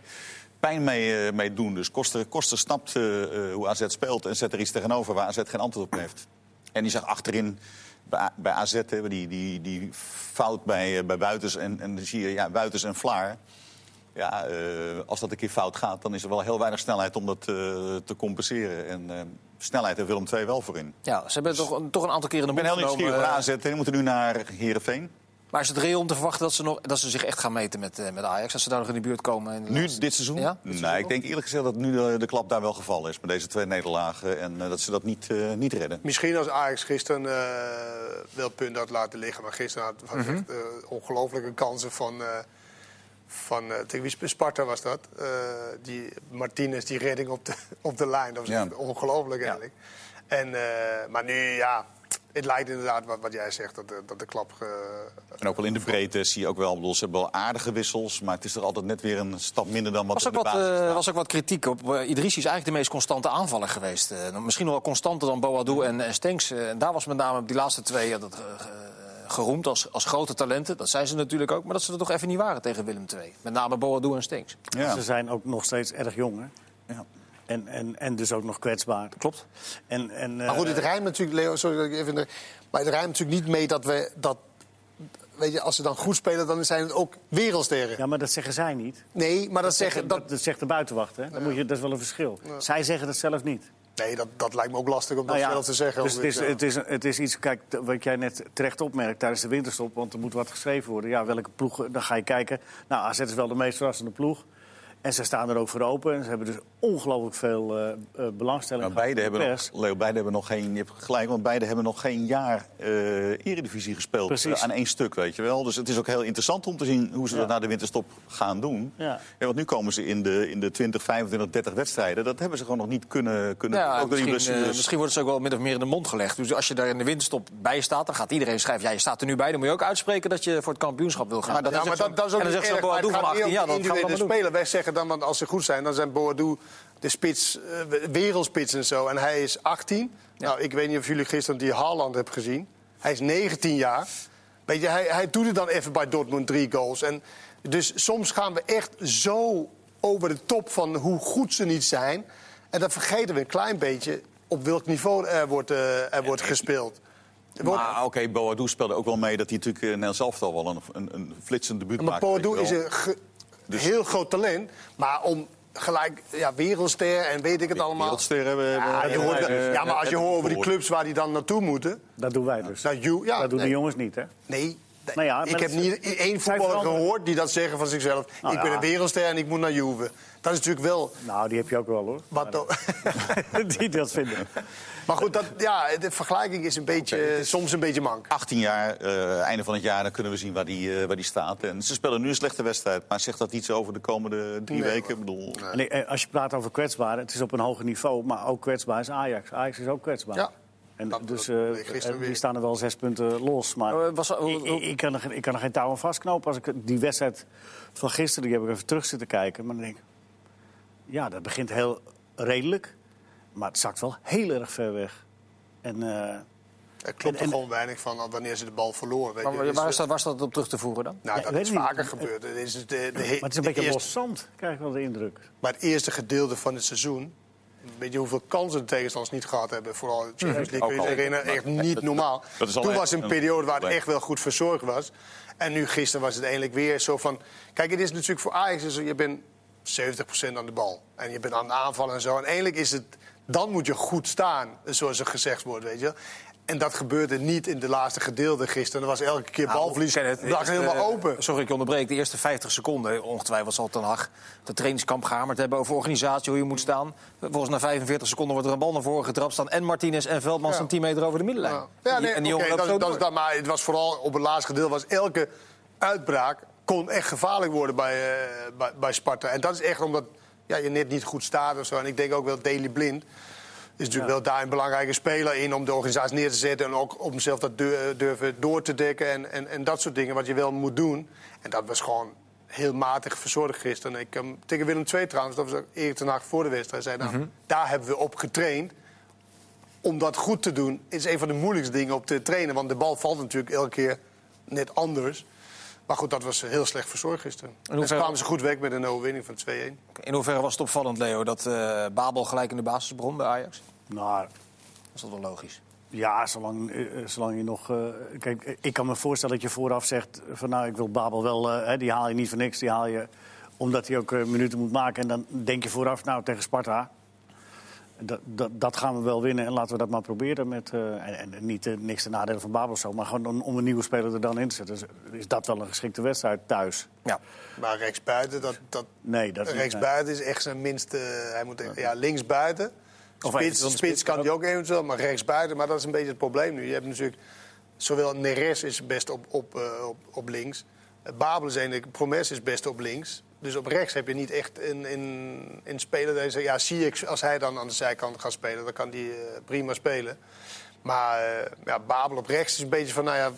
S4: pijn mee, eh, mee doen. Dus Koster, Koster snapt eh, eh, hoe AZ speelt en zet er iets tegenover... waar AZ geen antwoord op heeft. En die zag achterin bij, A- bij AZ hè, die, die, die fout bij, eh, bij Buitens en, en dan zie je ja, Buitens en Vlaar... Ja, eh, als dat een keer fout gaat, dan is er wel heel weinig snelheid om dat eh, te compenseren. En eh, snelheid heeft Willem II wel voor in.
S1: ja, ze
S2: Dus
S1: hebben toch, een- toch een aantal keren de
S4: Ik ben
S1: mond
S4: heel nieuwsgierig
S1: genomen.
S4: naar
S1: eh,
S4: AZ. en Die moeten nu naar Heerenveen.
S1: Maar is het reëel om te verwachten dat ze, nog, dat ze zich echt gaan meten met, eh, met Ajax? Dat ze daar nog in de buurt komen? En
S4: Nu, dit seizoen?
S1: Ja, dit
S4: nee, ik denk eerlijk gezegd dat nu de, de klap daar wel gevallen is. Met deze twee nederlagen. En eh, dat ze dat niet, eh, niet redden.
S2: Misschien als Ajax gisteren eh, wel het punt had laten liggen. Maar gisteren had was echt eh, ongelooflijke kansen van... eh, van eh, tegen wie sp- Sparta was dat? Eh, die Martinez, die redding op de, [LAUGHS] op de lijn. Dat was
S4: Ja.
S2: echt ongelooflijk eigenlijk. En, eh, maar nu, ja, het lijkt inderdaad wat, wat jij zegt, dat de, dat de klap... ge-
S4: En ook wel in de breedte zie je ook wel. Ik bedoel, ze hebben wel aardige wissels. Maar het is toch altijd net weer een stap minder dan wat
S1: was
S4: er
S1: ook,
S4: in de
S1: wat,
S4: basis
S1: eh,
S4: staat.
S1: was ook wat kritiek op. Eh, Idrissi is eigenlijk de meest constante aanvaller geweest. Eh, nou, misschien nog wel constanter dan Boadou en, en Stenks. Eh, en daar was met name die laatste twee ja, dat, eh, ge- eh, geroemd als, als grote talenten. Dat zijn ze natuurlijk ook. Maar dat ze er toch even niet waren tegen Willem II. Met name Boadou en Stenks.
S4: Ja.
S3: Ze zijn ook nog steeds erg jong, hè?
S4: Ja.
S3: En, en, en dus ook nog kwetsbaar.
S1: Klopt.
S3: En, en,
S2: Maar goed,
S3: eh,
S2: het rijmt natuurlijk, Leo, sorry dat ik even. de- Maar het rijmt natuurlijk niet mee dat we dat. Weet je, als ze dan goed spelen, dan zijn het ook wereldsterren.
S3: Ja, maar dat zeggen zij niet.
S2: Nee, maar dat, zeggen.
S3: dat,
S2: Dat,
S3: dat zegt de buitenwacht, hè? Dan moet je, dat is wel een verschil. Zij zeggen dat zelf niet.
S2: nee, dat, dat lijkt me ook lastig om dat
S3: Nou ja,
S2: zelf te zeggen. eh,
S3: Dus
S2: ook
S3: het is,
S2: weer, ja.
S3: het, is, het is iets, kijk, t- wat jij net terecht opmerkt tijdens de winterstop, want er moet wat geschreven worden. Ja, welke ploeg, dan ga je kijken. Nou, AZ is wel de meest verrassende ploeg. En ze staan er ook voor open. En ze hebben dus ongelooflijk veel eh, eh, belangstelling gehad
S4: Maar
S3: van
S4: Nou, beide
S3: de
S4: hebben, nog,
S3: pers.
S4: Leo, beide hebben nog geen. Je hebt gelijk, want beide hebben nog geen jaar eh eredivisie gespeeld.
S3: Precies.
S4: eh, aan één stuk, weet je wel. Dus het is ook heel interessant om te zien hoe ze dat na de winterstop gaan doen.
S3: Ja.
S4: want nu komen ze in de, in de 20, 25, 30 wedstrijden. Dat hebben ze gewoon nog niet kunnen. kunnen
S1: Ja,
S4: doen. ook door die
S1: misschien, eh,
S4: blessures.
S1: misschien wordt het ook wel min of meer in de mond gelegd. Dus als je daar in de winterstop bij staat, dan gaat iedereen schrijven... ja, je staat er nu bij, dan moet je ook uitspreken dat je voor het kampioenschap wil gaan.
S4: Maar dat
S2: Ja,
S1: is
S2: maar
S1: echt zo'n-
S2: dat, dat is ook
S1: en dan
S2: niet
S1: zegt
S2: erg,
S1: zo'n
S2: maar het
S1: Boadou
S2: gaat
S1: van
S2: niet om
S1: 18, ja, dat gaan we
S2: individuele
S1: allemaal doen.
S2: spelen. Wij zeggen dan, want als ze goed zijn, dan zijn Boadou de spits, eh, wereldspits en zo. En hij is 18. Nou, ik weet niet of jullie gisteren die Haaland hebben gezien. Hij is 19 jaar. Weet je, hij, hij doet het dan even bij Dortmund drie goals. En dus soms gaan we echt zo over de top van hoe goed ze niet zijn. En dan vergeten we een klein beetje op welk niveau er wordt, eh, er wordt gespeeld. Er wordt-
S4: Maar oké, Boadou speelde ook wel mee dat hij natuurlijk eh, in Nederlands elftal wel een, een, een flitsend debuut
S2: Maar
S4: maakte.
S2: Boadou
S4: weet
S2: is eh,
S4: je wel.
S2: een ge- heel groot talent. Maar om gelijk ja, wereldster en weet ik het allemaal.
S4: Wereldster hebben we-
S2: Ja, je
S4: hebben
S2: hoort
S4: wij,
S2: wel-
S4: eh,
S2: ja, maar als je
S4: eh,
S2: hoort over die
S4: gehoord.
S2: clubs waar die dan naartoe moeten.
S3: Dat doen wij dus.
S2: Nou, you, ja,
S3: dat doen
S2: nee.
S3: de jongens niet, hè?
S2: Nee. nee,
S3: Nou ja, maar
S2: ik heb
S3: dat-
S2: niet e- één
S3: zij
S2: voetballer
S3: veranderen.
S2: gehoord die dat zeggen van zichzelf.
S3: Nou
S2: ik
S3: ja.
S2: ben een wereldster en ik moet naar Juve. Dat is natuurlijk wel
S3: Nou, die heb je ook wel, hoor.
S2: wat...
S3: [LAUGHS] die dat vinden.
S2: [LAUGHS] maar goed, dat, ja, de vergelijking is een beetje,
S4: Oké, het
S2: soms een beetje mank.
S4: 18 jaar, eh, einde van het jaar, dan kunnen we zien waar die, eh, waar die staat. En ze spelen nu een slechte wedstrijd, maar zegt dat iets over de komende drie
S2: Nee,
S4: weken?
S2: hoor.
S4: Ik bedoel,
S3: En, eh, als je praat over kwetsbaar, het is op een hoger niveau, maar ook kwetsbaar is Ajax. Ajax is ook kwetsbaar.
S2: Ja.
S3: En
S2: Dat-
S3: dus
S2: dat
S3: eh,
S2: bleek gisteren
S3: eh, die
S2: weer.
S3: staan er wel zes punten los. Maar
S1: Eh, was- hoe-
S3: ik,
S1: hoe-
S3: ik- ik kan er, geen- ik kan er geen touw aan vastknopen. Als ik die wedstrijd van gisteren, die heb ik even terug zitten kijken. Maar dan denk ik, ja, dat begint heel redelijk. Maar het zakt wel heel erg ver weg. En eh,
S2: Er klopt
S3: En- en-
S2: er gewoon weinig van wanneer ze de bal verloren. Weet je.
S1: Maar
S2: Dus,
S1: waar
S2: eh,
S1: is, dat, waar is dat op terug te voeren dan?
S2: Nou,
S3: Ja,
S2: dat
S3: weet
S2: is
S3: niet.
S2: vaker gebeurd. Dit is de, de,
S3: maar het is een beetje
S2: eerste-
S3: los zand, krijg ik wel de indruk.
S2: Maar het eerste gedeelte van het seizoen. Weet je hoeveel kansen de tegenstanders niet gehad hebben? Vooral de Champions League, kun je
S4: Mhm. Ook
S2: je
S4: al.
S2: herinneren, echt niet normaal.
S4: dat is al
S2: Toen
S4: echt
S2: was een
S4: een
S2: periode waar het
S4: probleem.
S2: echt wel goed verzorgd was. En nu gisteren was het eindelijk weer zo van... Kijk, het is natuurlijk voor Ajax, is, je bent 70% aan de bal. En je bent aan de aanval en zo. En eindelijk is het... Dan moet je goed staan, zoals er gezegd wordt, weet je. wel. En dat gebeurde niet in de laatste gedeelte gisteren. Er was elke keer
S1: Nou,
S2: balverlies.
S1: Kenneth,
S2: Dat lag
S1: eh,
S2: helemaal
S1: eh,
S2: open.
S1: Sorry, ik je onderbreek. De eerste 50 seconden, eh, ongetwijfeld zal Ten Hag de trainingskamp gehamerd hebben over organisatie, hoe je moet staan. Volgens na 45 seconden wordt er een bal naar voren getrapt staan. En Martinez en Veldman
S2: Ja.
S1: zijn 10 meter over de middenlijn.
S2: Ja,
S1: En
S2: ja
S1: die-
S2: nee,
S1: en die
S2: oké,
S1: jongen loopt
S2: dat,
S1: zo
S2: dat is
S1: door.
S2: dat, maar het was vooral op het laatste gedeelte was elke uitbraak kon echt gevaarlijk worden bij, eh, bij, bij Sparta. En dat is echt omdat ja, je net niet goed staat of zo. En ik denk ook wel Daily Blind is natuurlijk wel daar een belangrijke speler in om de organisatie neer te zetten en ook om zelf dat deur- eh, durven door te dekken en, en, en dat soort dingen wat je wel moet doen. En dat was gewoon heel matig verzorgd gisteren. Ik, ehm, tegen Willem II trouwens, dat was ook Erik ten Hag voor de wedstrijd, zei nou, daar hebben we op getraind om dat goed te doen is een van de moeilijkste dingen op te trainen. Want de bal valt natuurlijk elke keer net anders. Maar goed, dat was heel slecht verzorgd gisteren. En
S1: hoeverre-
S2: ze kwamen ze goed weg met een overwinning van 2-1.
S1: In hoeverre was het opvallend, Leo, dat eh, Babel gelijk in de basis begon bij Ajax?
S3: Nou,
S1: Is dat wel logisch?
S3: Ja, zolang, eh, eh, zolang je nog. eh, kijk, eh, ik kan me voorstellen dat je vooraf zegt: van nou, ik wil Babel wel. eh, hè, die haal je niet voor niks. Die haal je omdat hij ook eh, minuten moet maken. En dan denk je vooraf: nou, tegen Sparta. Dat, dat, dat gaan we wel winnen en laten we dat maar proberen. Met, eh, en, en niet eh, niks ten nadele van Babel of zo, maar gewoon om, om een nieuwe speler er dan in te zetten. Dus is dat wel een geschikte wedstrijd thuis?
S1: Ja.
S2: Maar rechtsbuiten, dat, dat,
S3: Nee, dat is niet-
S2: rechtsbuiten is echt zijn minste... Hij moet echt- ja, linksbuiten.
S1: eventueel
S2: Spits,
S1: de
S2: spits,
S1: spits
S2: kan hij ook eventueel, maar rechtsbuiten. Maar dat is een beetje het probleem nu. Je hebt natuurlijk... Zowel Neres is best op, op, eh, op, op links. Eh, Babel is eigenlijk... Promes is best op links. Dus op rechts heb je niet echt een, een, een speler... Die zegt, ja, zie ik, als hij dan aan de zijkant gaat spelen... dan kan hij eh, prima spelen. Maar eh, ja, Babel op rechts is een beetje van... Nou ja,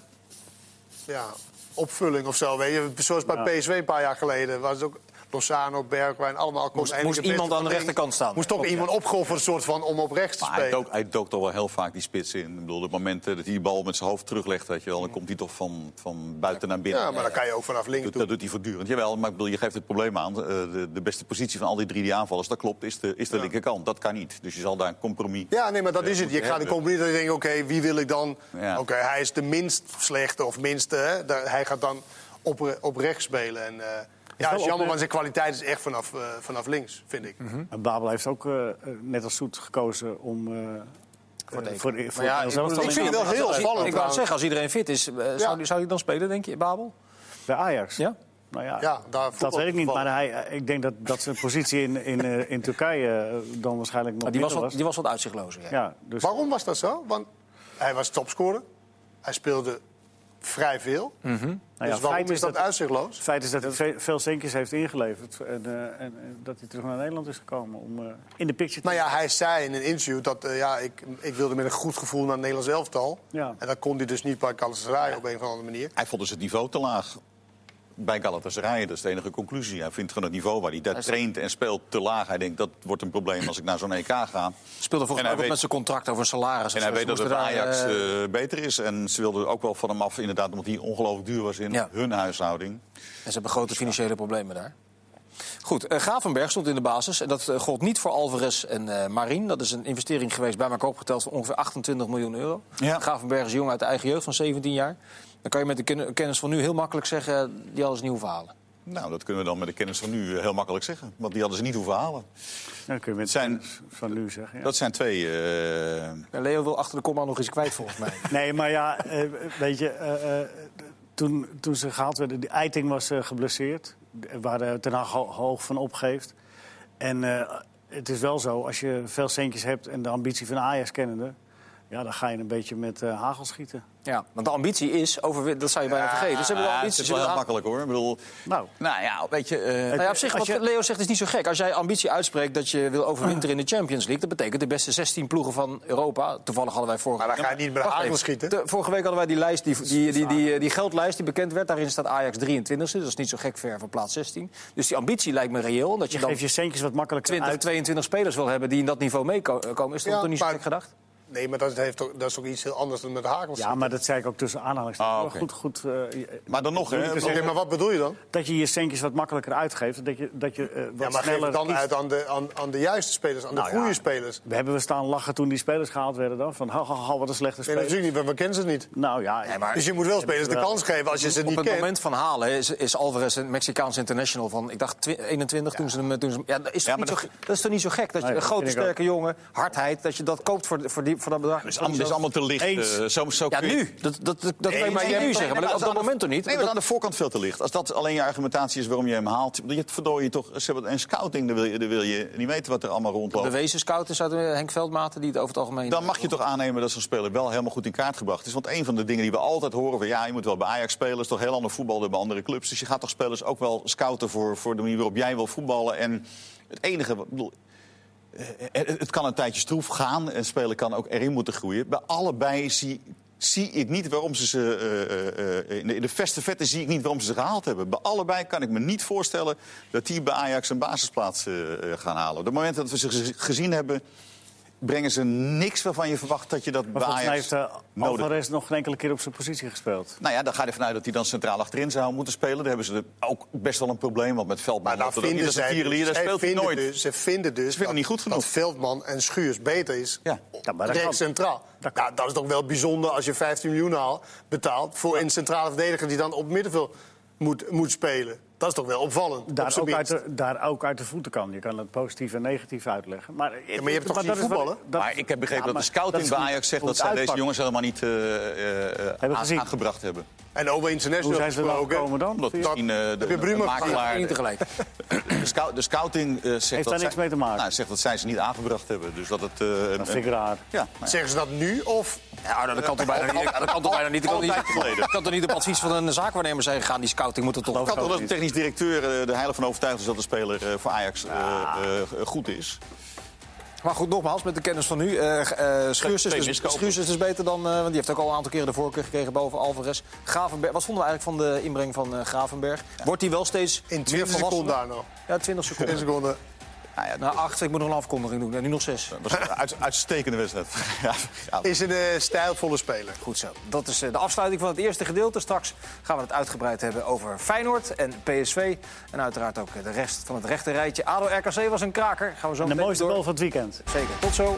S2: ja, opvulling of zo. Weet je. Zoals bij PSV een paar jaar geleden was het ook Lozano, Bergwijn, allemaal kon
S1: Moest-
S2: eindelijk
S1: moest
S2: het beste
S1: iemand aan de
S2: van links.
S1: rechterkant staan.
S2: Moest toch
S1: Klopt,
S2: iemand opgeofferd soort van om op rechts te
S4: Maar hij
S2: spelen.
S4: dook, hij dook toch wel heel vaak die spits in. Ik bedoel, op het moment eh, dat hij die bal met zijn hoofd teruglegt, weet je wel, dan komt hij toch van, van buiten naar binnen.
S2: Ja, maar dan kan je ook vanaf links
S4: Dat,
S2: doen.
S4: dat doet hij voortdurend. Jawel, maar ik bedoel, je geeft het probleem aan. Eh, De, de beste positie van al die drie die aanvallers, dat klopt, is de, is de linkerkant. Dat kan niet. Dus je zal daar een compromis...
S2: Ja, nee, maar dat is het. Je
S4: moet
S2: gaat de
S4: hebben.
S2: compromis en je denkt, oké, wie wil ik dan?
S4: Ja.
S2: Oké, hij is de minst slechte of minste. Hè? Daar- hij gaat dan op, re- op rechts spelen. En, eh, ja, dat is jammer, want
S3: opmerk-
S2: zijn kwaliteit is echt vanaf, eh, vanaf links, vind ik.
S3: En Babel heeft ook, eh, eh, net als Soet, gekozen om. eh, eh, voor
S1: Deken.
S3: voor,
S1: Maar
S3: voor
S1: ja,
S3: Nederlands elftal
S2: ik vind
S3: in te
S2: het wel
S3: gaan.
S2: heel
S1: als-
S2: opvallend
S1: Ik wou
S2: trouwens.
S1: zeggen, als iedereen fit is, eh, zou, die, zou die dan spelen, denk je, Babel?
S3: Bij Ajax?
S1: Ja?
S3: Nou ja,
S2: Ja, daar
S3: dat
S2: voetbal
S3: weet ik niet.
S2: voetballen.
S3: Maar hij, eh, ik denk dat, dat zijn positie in, in, eh, in Turkije eh, dan waarschijnlijk nog
S1: Maar Ah, die was
S3: minder
S1: wat, die was wat uitzichtlozer. Ja.
S3: Ja, dus
S2: Waarom was dat zo? Want hij was topscorer. Hij speelde vrij veel.
S3: Nou ja,
S2: dus waarom
S3: feit
S2: is,
S3: is
S2: dat,
S3: dat-
S2: uitzichtloos?
S3: het feit is dat hij ve- veel centjes heeft ingeleverd. En, eh, en, en dat hij terug naar Nederland is gekomen om eh, in de picture te
S2: Nou ja, hij zei in een interview dat eh, ja, ik, ik wilde met een goed gevoel naar het Nederlands elftal.
S3: Ja.
S2: En dat kon hij dus niet bij Galatasaray op een of andere manier.
S4: Hij vond dus het niveau te laag bij Galatasaray. Dat is de enige conclusie. Hij vindt gewoon het niveau waar hij daar traint en speelt te laag. Hij denkt, dat wordt een probleem als ik naar zo'n EK ga.
S1: Speelde volgens
S4: En
S1: mij
S4: hij
S1: ook wat
S4: weet-
S1: met zijn contract over salaris.
S4: En
S1: Ze
S4: hij weet dat het
S1: moesten daar,
S4: Ajax
S1: eh,
S4: eh, beter is. En ze wilden ook wel van hem af, inderdaad, omdat hij ongelooflijk duur was in
S1: Ja.
S4: hun huishouding.
S1: En ze hebben grote financiële problemen daar. Goed, eh, Gravenberg stond in de basis. En dat eh, gold niet voor Alvarez en eh Marien. Dat is een investering geweest, bij elkaar opgeteld, van ongeveer 28 miljoen euro.
S4: Ja.
S1: Gravenberg is jong uit de eigen jeugd van 17 jaar. Dan kan je met de ken- kennis van nu heel makkelijk zeggen... die alles nieuw verhalen.
S4: Nou, dat kunnen we dan met de kennis van nu eh, heel makkelijk zeggen. Want die hadden ze niet hoeven halen.
S3: Nou, Dan kun je met
S4: Zijn-
S3: van nu zeggen. ja.
S4: Dat zijn twee... eh,
S1: En Leo wil achter de komma nog iets kwijt, volgens mij.
S3: Nee, maar ja, eh, weet je, eh, eh, toen, toen ze gehaald werden, die Eiting was eh, geblesseerd, waar eh, Ten Hag ho- hoog van opgeeft. En eh, het is wel zo, als je veel centjes hebt en de ambitie van Ajax kennende, ja, dan ga je een beetje met eh, hagel schieten.
S1: ja, want de ambitie is, overwin- dat zou je bijna vergeten. Ze hebben de
S4: ah, het
S1: ambitie.
S4: is
S1: ze
S4: wel heel
S1: willen aan-
S4: makkelijk hoor. Ik bedoel,
S3: Nou.
S4: nou ja, weet je... eh,
S1: Nou ja, op zich,
S3: Als
S1: wat
S3: je-
S1: Leo zegt is niet zo gek. Als jij ambitie uitspreekt dat je wil overwinteren in de Champions League... dat betekent de beste 16 ploegen van Europa. Toevallig hadden wij vorige
S2: Maar dan ga je niet met de
S1: Wacht
S2: hagel
S1: even.
S2: schieten.
S1: De- vorige week hadden wij die lijst, die, die, die, die, eh, die geldlijst die bekend werd. Daarin staat Ajax 23 Dat is niet zo gek ver van plaats 16. Dus die ambitie lijkt me reëel. Dat je,
S3: Je
S1: dan
S3: geeft je centjes wat makkelijker
S1: 20,
S3: uit.
S1: 22 spelers wil hebben die in dat niveau meekomen. Is dat
S2: Ja,
S1: toch niet zo
S2: maar-
S1: gek gedacht?
S2: Nee, maar dat, heeft toch, dat is toch iets heel anders dan met de hagel
S3: Ja,
S2: schieten.
S3: maar dat zei ik ook tussen aanhalingstekens.
S4: Ah, oké.
S3: Goed, goed. eh,
S4: maar dan nog, hè.
S3: Moeilijke
S2: Oké, maar wat bedoel je dan?
S3: dat je je centjes wat makkelijker uitgeeft. Dat je, dat je eh, wat
S2: Ja, maar geef
S3: sneller
S2: het dan
S3: kiest.
S2: uit aan de, aan, aan de juiste spelers, aan de
S3: Nou ja.
S2: goede spelers.
S3: We hebben we staan lachen toen die spelers gehaald werden dan. Van, ha, ha, ha, wat een slechte
S2: Nee,
S3: speler.
S2: natuurlijk niet, want we kennen ze niet.
S3: Nou ja,
S2: Dus je moet wel spelers de kans geven als je ze
S1: Op
S2: niet
S1: het
S2: kent.
S1: moment van halen is, is Alvarez een Mexicaans international van, ik dacht, twi- 21 toen ze hem... Toen ze, hem- ja, dat, is toch
S4: Ja,
S1: niet
S4: maar
S1: zo,
S4: dat-
S1: ge- dat is toch niet zo gek? Dat je
S3: Nee,
S1: een
S3: dat
S1: grote,
S3: vind ik ook.
S1: sterke jongen, hardheid, dat je dat koopt voor, voor die, die, voor dat bedrag.
S4: Het is allemaal, het is allemaal te licht.
S3: Eens.
S4: eh, zo, zo
S1: Ja,
S4: kun je-
S1: nu. Dat, dat, dat, dat kan
S4: Nee,
S1: je misschien
S4: jij-
S1: nu
S4: nee,
S1: zeggen,
S4: nee,
S1: maar op
S4: als
S1: dat
S4: aan de-
S1: moment toch niet?
S4: Nee, maar aan de voorkant veel te licht. Als dat alleen je argumentatie is waarom je hem haalt. Je verdorie toch. Ze hebben een scouting, dan wil je, dan wil je niet weten wat er allemaal rondloopt.
S1: Bewezen scout is uit eh, Henk Veldmaten, die het over het algemeen...
S4: Dan mag je toch aannemen dat zo'n speler wel helemaal goed in kaart gebracht is. Want een van de dingen die we altijd horen van ja, je moet wel bij Ajax spelen, is toch heel ander voetbal dan bij andere clubs. Dus je gaat toch spelers ook wel scouten voor, voor de manier waarop jij wil voetballen. En het enige, wat- ik bedoel, eh, het, het kan een tijdje stroef gaan en speler kan ook erin moeten groeien. Bij allebei zie, zie ik niet waarom ze ze eh, eh, eh, in de, in de verste vette zie ik niet waarom ze ze gehaald hebben. Bij allebei kan ik me niet voorstellen dat die bij Ajax een basisplaats eh, eh, gaan halen. Op het moment dat we ze gez- gezien hebben brengen ze niks waarvan je verwacht dat je dat bij
S3: Maar volgens mij
S4: Ajax
S3: heeft eh,
S4: nodig hebt.
S3: Alvarez nog geen enkele keer op zijn positie gespeeld.
S4: Nou ja, dan ga je ervan uit dat hij dan centraal achterin zou moeten spelen. Daar hebben ze er ook best wel een probleem, want met Veldman...
S2: Maar daar
S4: loopt het ook niet.
S2: vinden
S4: Dat is een
S2: zij, dus-
S4: tierenlier, daar
S2: zij
S4: speelt hij
S2: vinden
S4: nooit.
S2: dus- ze vinden dus
S4: vinden hem
S2: dat,
S4: niet goed genoeg.
S2: dat Veldman en Schuurs beter is
S4: Ja.
S3: Ja, maar dat
S2: rechts
S3: kan.
S2: centraal.
S3: Dat
S2: Dat,
S3: kan.
S2: dat is toch wel bijzonder als je 15 miljoen haalt, betaalt... voor een centrale verdediger die dan op middenveld moet, moet spelen. Dat is toch wel opvallend, op
S3: Daar
S2: zijn
S3: ook, uit
S2: minst.
S3: de, daar ook uit de voeten kan. Je kan het positief en negatief uitleggen. Maar,
S2: maar je hebt toch
S3: dat
S2: zien
S3: is wat-
S2: voetballen?
S3: dat-
S4: maar ik heb
S3: Ja,
S4: begrepen dat
S3: maar
S4: de scouting
S3: is
S4: bij
S3: hoe-
S4: Ajax zegt...
S3: hoe
S4: dat
S3: het
S4: zij deze
S3: uitpakt.
S4: jongens helemaal niet eh, eh, aan-
S3: gezien.
S4: aangebracht hebben.
S2: En over
S3: Hoe
S2: international
S3: zijn ze er dan
S2: gesproken...
S3: gekomen dan?
S4: Omdat
S3: Via-
S4: misschien eh, de,
S2: Heb je Bruma
S4: de
S2: gezien?
S4: makelaar...
S1: Eén tegelijk.
S4: De, scout- de scouting eh, zegt dat
S3: daar
S4: zij-
S3: niks mee te maken?
S4: Nou, zegt dat zij ze niet aangebracht hebben. Dus dat het... eh, een-
S3: Dat vind ik raar.
S4: Ja, nou ja.
S2: Zeggen ze dat nu
S1: [LAUGHS]
S2: of...
S1: Ja, dat kan toch bijna niet. Dat kan toch bijna niet. Dat kan
S4: Altijd
S1: niet-
S4: geleden.
S1: dat kan toch niet op advies van een zaakwaarnemer zijn gegaan. Die scouting moet er toch...
S4: Ik had toch dat de technisch directeur eh, er heilig van overtuigd is... dat de speler eh, voor Ajax eh, eh, goed is.
S1: Maar goed, nogmaals, met de kennis van nu. eh eh, Schuurs, is
S4: Twee
S1: dus,
S4: miskopen.
S1: Schuurs is dus beter dan... eh, want die heeft ook al een aantal keren de voorkeur gekregen boven Alvarez. Gravenberg. Wat vonden we eigenlijk van de inbreng van eh, Gravenberg? Wordt hij wel steeds
S2: In
S1: meer
S2: 20
S1: volwassener?
S2: seconden daar nog.
S1: Ja, 20
S2: Eén [LAUGHS]
S1: seconden.
S2: seconde.
S4: Nou ja,
S1: Na acht, ik moet nog een afkondiging doen. En nu nog zes.
S4: Dat was een uit- uitstekende wedstrijd. [LAUGHS] Ja, ja.
S2: Is een eh, stijlvolle speler.
S1: Goed zo. Dat is eh, de afsluiting van het eerste gedeelte. Straks gaan we het uitgebreid hebben over Feyenoord en PSV. En uiteraard ook eh, de rest van het rechte rijtje. ADO-RKC was een kraker. Gaan we zo
S3: De
S1: meteen
S3: mooiste
S1: door.
S3: bal van het weekend.
S1: Zeker. Tot zo.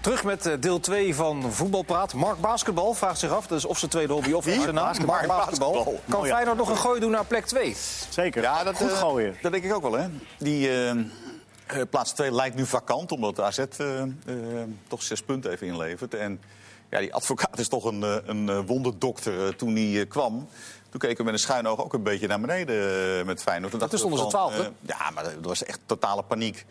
S1: Terug met eh, deel 2 van Voetbalpraat. Mark Basketbal vraagt zich af, dus of zijn tweede hobby of is zijn naam.
S4: Basketbal.
S1: Mark Basketbal.
S4: Basketbal.
S1: Kan
S3: Mooi, ja.
S1: Feyenoord nog een gooi doen naar plek 2?
S3: Zeker.
S4: Ja, dat,
S3: Goed
S4: eh,
S3: gooien.
S4: Dat denk ik ook wel, hè. Die eh, eh, plaats 2 lijkt nu vakant, omdat de AZ eh, eh, toch zes punten even inlevert. En ja, die advocaat is toch een, eh, een eh, wonderdokter eh, toen die eh, kwam. Toen keken we met een schuin oog ook een beetje naar beneden eh, met Feyenoord. En dachten we
S1: stonden ze
S4: van,
S1: twaalfde.
S4: eh, ja, maar dat was echt totale paniek.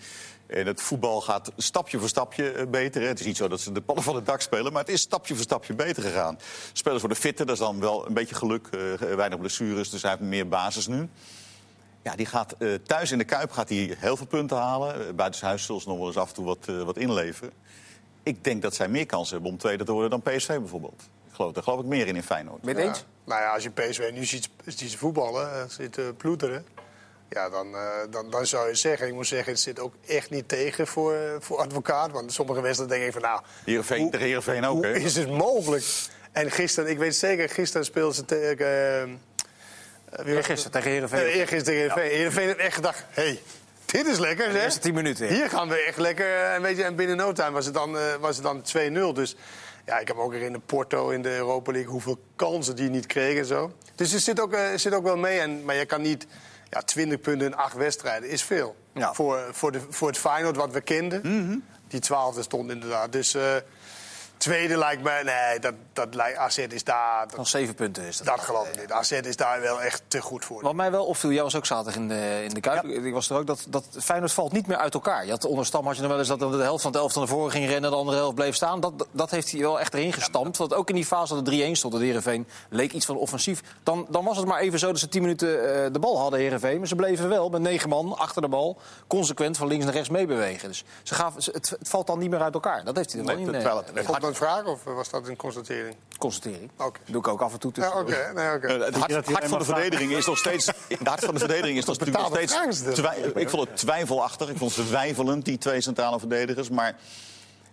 S4: En het voetbal gaat stapje voor stapje eh, beter. hè. Het is niet zo dat ze de pannen van het dak spelen, maar het is stapje voor stapje beter gegaan. Spelers worden fitter, dat is dan wel een beetje geluk. eh, weinig blessures, dus hij heeft meer basis nu. Ja, die gaat eh, thuis in de Kuip gaat hij heel veel punten halen. Eh, Buitenshuis zullen ze nog wel eens af en toe wat, eh, wat inleveren. Ik denk dat zij meer kansen hebben om tweede te worden dan PSV bijvoorbeeld. Ik geloof, daar geloof ik meer in in Feyenoord.
S1: Met
S2: Ja.
S1: eens?
S2: Nou ja, als je PSV nu ziet, ziet ze voetballen, eh, ziet eh, ploeteren... Ja, dan, eh, dan, dan zou je zeggen... Ik moet zeggen, het zit ook echt niet tegen voor, eh, voor advocaat. Want sommige wedstrijden denk ik van... nou,
S4: Heerenveen,
S2: hoe-
S4: tegen Heerenveen ook,
S2: hoe
S4: hè?
S2: is het mogelijk? En gisteren, ik weet zeker, gisteren speelden ze tegen... eh, eh, wie was-
S1: Eergisteren tegen Heerenveen.
S2: Eh, Eergisteren tegen Heerenveen. Heerenveen heeft echt gedacht, hé, hey, dit is lekker,
S1: De
S2: zeg.
S1: eerste 10 minuten, ja.
S2: Hier gaan we echt lekker. eh, En, weet je, en binnen no time was het dan, eh, was het dan 2-0. Dus ja, ik heb me ook in de Porto in de Europa League hoeveel kansen die niet kregen en zo. Dus het zit ook, eh, het zit ook wel mee. En, maar je kan niet... Ja, 20 punten in acht wedstrijden is veel.
S1: Ja.
S2: Voor, voor, de, voor het Feyenoord wat we kenden. Die twaalfde stond inderdaad. Dus eh, tweede lijkt mij... Nee, dat, dat lijkt, AZ is daar... Dat,
S1: Nog 7 punten is dat.
S2: dat geloof ik niet. AZ is daar wel echt te goed voor.
S1: Wat mij wel opviel, jij was ook zaterdag in de, in de Kuip. Ik was er ook, dat, dat Feyenoord valt niet meer uit elkaar. Je had, onder Stam had je nog wel eens dat de helft van het elftal naar voren ging rennen... en de andere helft bleef staan. Dat, dat heeft hij wel echt erin gestampt. Want ook in die fase dat het 3-1 stond, dat Heerenveen leek iets van offensief. Dan, dan was het maar even zo dat ze 10 minuten eh, de bal hadden, Heerenveen. Maar ze bleven wel met negen man achter de bal... consequent van links naar rechts meebewegen. Dus ze gaven, ze- het, het valt dan niet meer uit elkaar. Dat heeft hij er wel
S4: Nee,
S1: in.
S4: terwijl
S1: eh,
S4: het-
S2: Vond dat een vraag of was dat een constatering?
S1: constatering.
S2: Oké.
S1: Doe ik ook af en toe
S2: Ja,
S1: tussen.
S2: oké. Nee, oké.
S4: Eh, Het hart,
S3: dat hij
S4: hart van de
S3: alleen maar
S4: verdediging is nog [LAUGHS] steeds. Het hart van de verdediging is nog natuurlijk nog
S2: betaalde
S4: steeds.
S2: vragen stellen.
S4: twi- ik vond het twijfelachtig. Ik vond ze twijfelend, die twee centrale verdedigers. Maar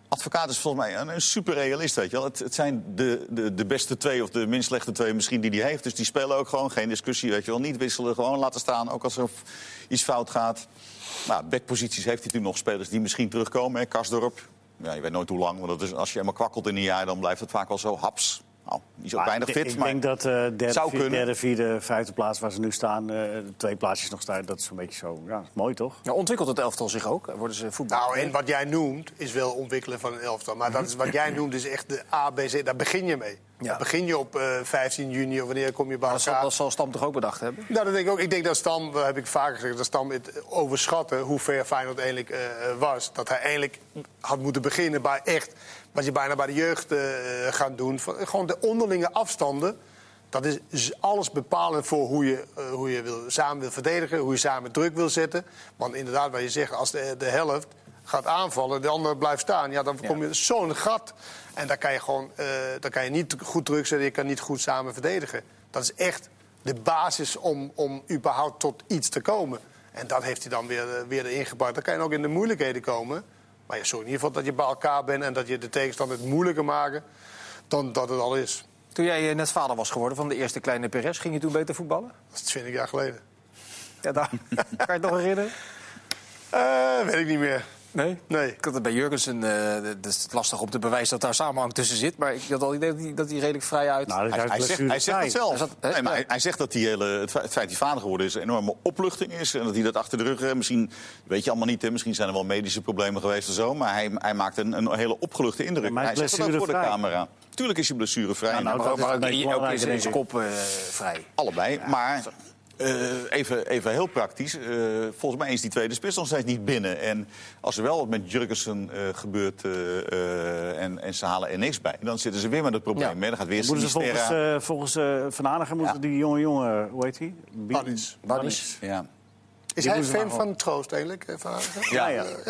S4: advocaat is volgens mij een, een superrealist. Weet je wel. Het, het zijn de, de, de beste twee of de minst slechte twee misschien die hij heeft. Dus die spelen ook gewoon. Geen discussie. Weet je wel. Niet wisselen. Gewoon laten staan. Ook als er f- iets fout gaat. Nou, backposities heeft hij natuurlijk nog spelers die misschien terugkomen. Hè. Karsdorp. Ja, je weet nooit hoe lang. Want dat is, als je helemaal kwakkelt in een jaar, dan blijft het vaak wel zo haps. Nou, die is ook weinig
S3: ik-
S4: fit.
S3: Ik
S4: maar
S3: denk dat eh derde,
S4: zou
S3: vierde,
S4: kunnen.
S3: derde, vierde, vijfde plaats waar ze nu staan, eh, twee plaatsjes nog staan, dat is een beetje zo. Ja, mooi toch?
S1: Ja, Nou, ontwikkelt het elftal zich ook? Worden ze voetbal?
S2: Nou, en wat jij noemt is wel ontwikkelen van een elftal. Maar dat is, wat jij noemt is echt de ABC. Daar begin je mee.
S1: Ja.
S2: Daar begin je op eh, 15 juni of wanneer kom je bij
S1: dat, zal,
S2: elkaar.
S1: dat zal Stam toch ook bedacht hebben?
S2: Nou, dat denk ik ook. Ik denk dat Stam, dat heb ik vaker gezegd, dat Stam het overschatten hoe ver Feyenoord eigenlijk eh, was. Dat hij eigenlijk had moeten beginnen bij echt wat je bijna bij de jeugd eh, gaat doen. Van, gewoon de onderlinge afstanden. Dat is z- alles bepalend voor hoe je, eh, hoe je wil, samen wil verdedigen, hoe je samen druk wil zetten. Want inderdaad, wat je zegt, als de, de helft gaat aanvallen, de ander blijft staan, ja, dan kom je zo'n gat. En daar kan je gewoon eh, daar kan je niet goed druk zetten, je kan niet goed samen verdedigen. Dat is echt de basis om, om überhaupt tot iets te komen. En dat heeft hij dan weer, eh, weer erin gebracht. Dan kan je ook in de moeilijkheden komen. Maar je zorgt in ieder geval dat je bij elkaar bent en dat je de tegenstander het moeilijker maken dan dat het al is.
S1: Toen jij eh, net vader was geworden van de eerste kleine Perez, ging je toen beter voetballen?
S2: Dat is 20 jaar geleden.
S1: Ja, daar. [LAUGHS] kan je het nog herinneren?
S2: Eh, weet ik niet meer.
S1: Nee?
S2: Nee.
S1: Ik had het bij Jurgensen, eh dat is lastig om te bewijzen dat daar samenhang tussen zit. Maar ik had al het idee dat hij- dat hij redelijk vrij uit...
S3: Nou, dat
S4: Hij, hij zegt, hij zegt het zelf.
S1: Hij zat- hè?
S4: nee, maar hij, hij zegt dat die hele, het fe- het feit dat hij vader geworden is een enorme opluchting is. En dat hij dat achter de rug... eh, Misschien, weet je allemaal niet, hè, misschien zijn er wel medische problemen geweest of zo. Maar hij, hij maakt een, een hele opgeluchte indruk.
S3: Ja, maar hij
S4: hij
S3: is
S4: zegt dat ook voor de
S3: blessurevrij.
S4: camera. Tuurlijk is hij blessurevrij.
S3: Ja, nou,
S4: Maar
S1: maar
S3: dat is
S1: ook,
S3: het
S1: maar ook is
S3: meest belangrijke,
S1: is zijn
S3: denk ik.
S1: kop eh, vrij.
S4: Allebei, maar eh, even, even heel praktisch. eh, volgens mij is die tweede spits nog steeds niet binnen. En als er wel wat met Jurgensen eh, gebeurt eh, eh, en, en ze halen er niks bij... dan zitten ze weer met het probleem.
S1: Ja.
S4: hè. Dan gaat weer
S3: Moeten ze volgens,
S4: Sinisterra-
S3: eh, volgens eh, Van Aanigen moeten
S4: Ja.
S3: die jonge jongen, hoe heet hij?
S2: Bannis.
S1: Bannis.
S2: Is
S4: Ja,
S2: hij fan van Troost eigenlijk? eh, Van Aartsen?
S4: ja,
S3: ja.
S2: ja,
S4: ja,
S2: dat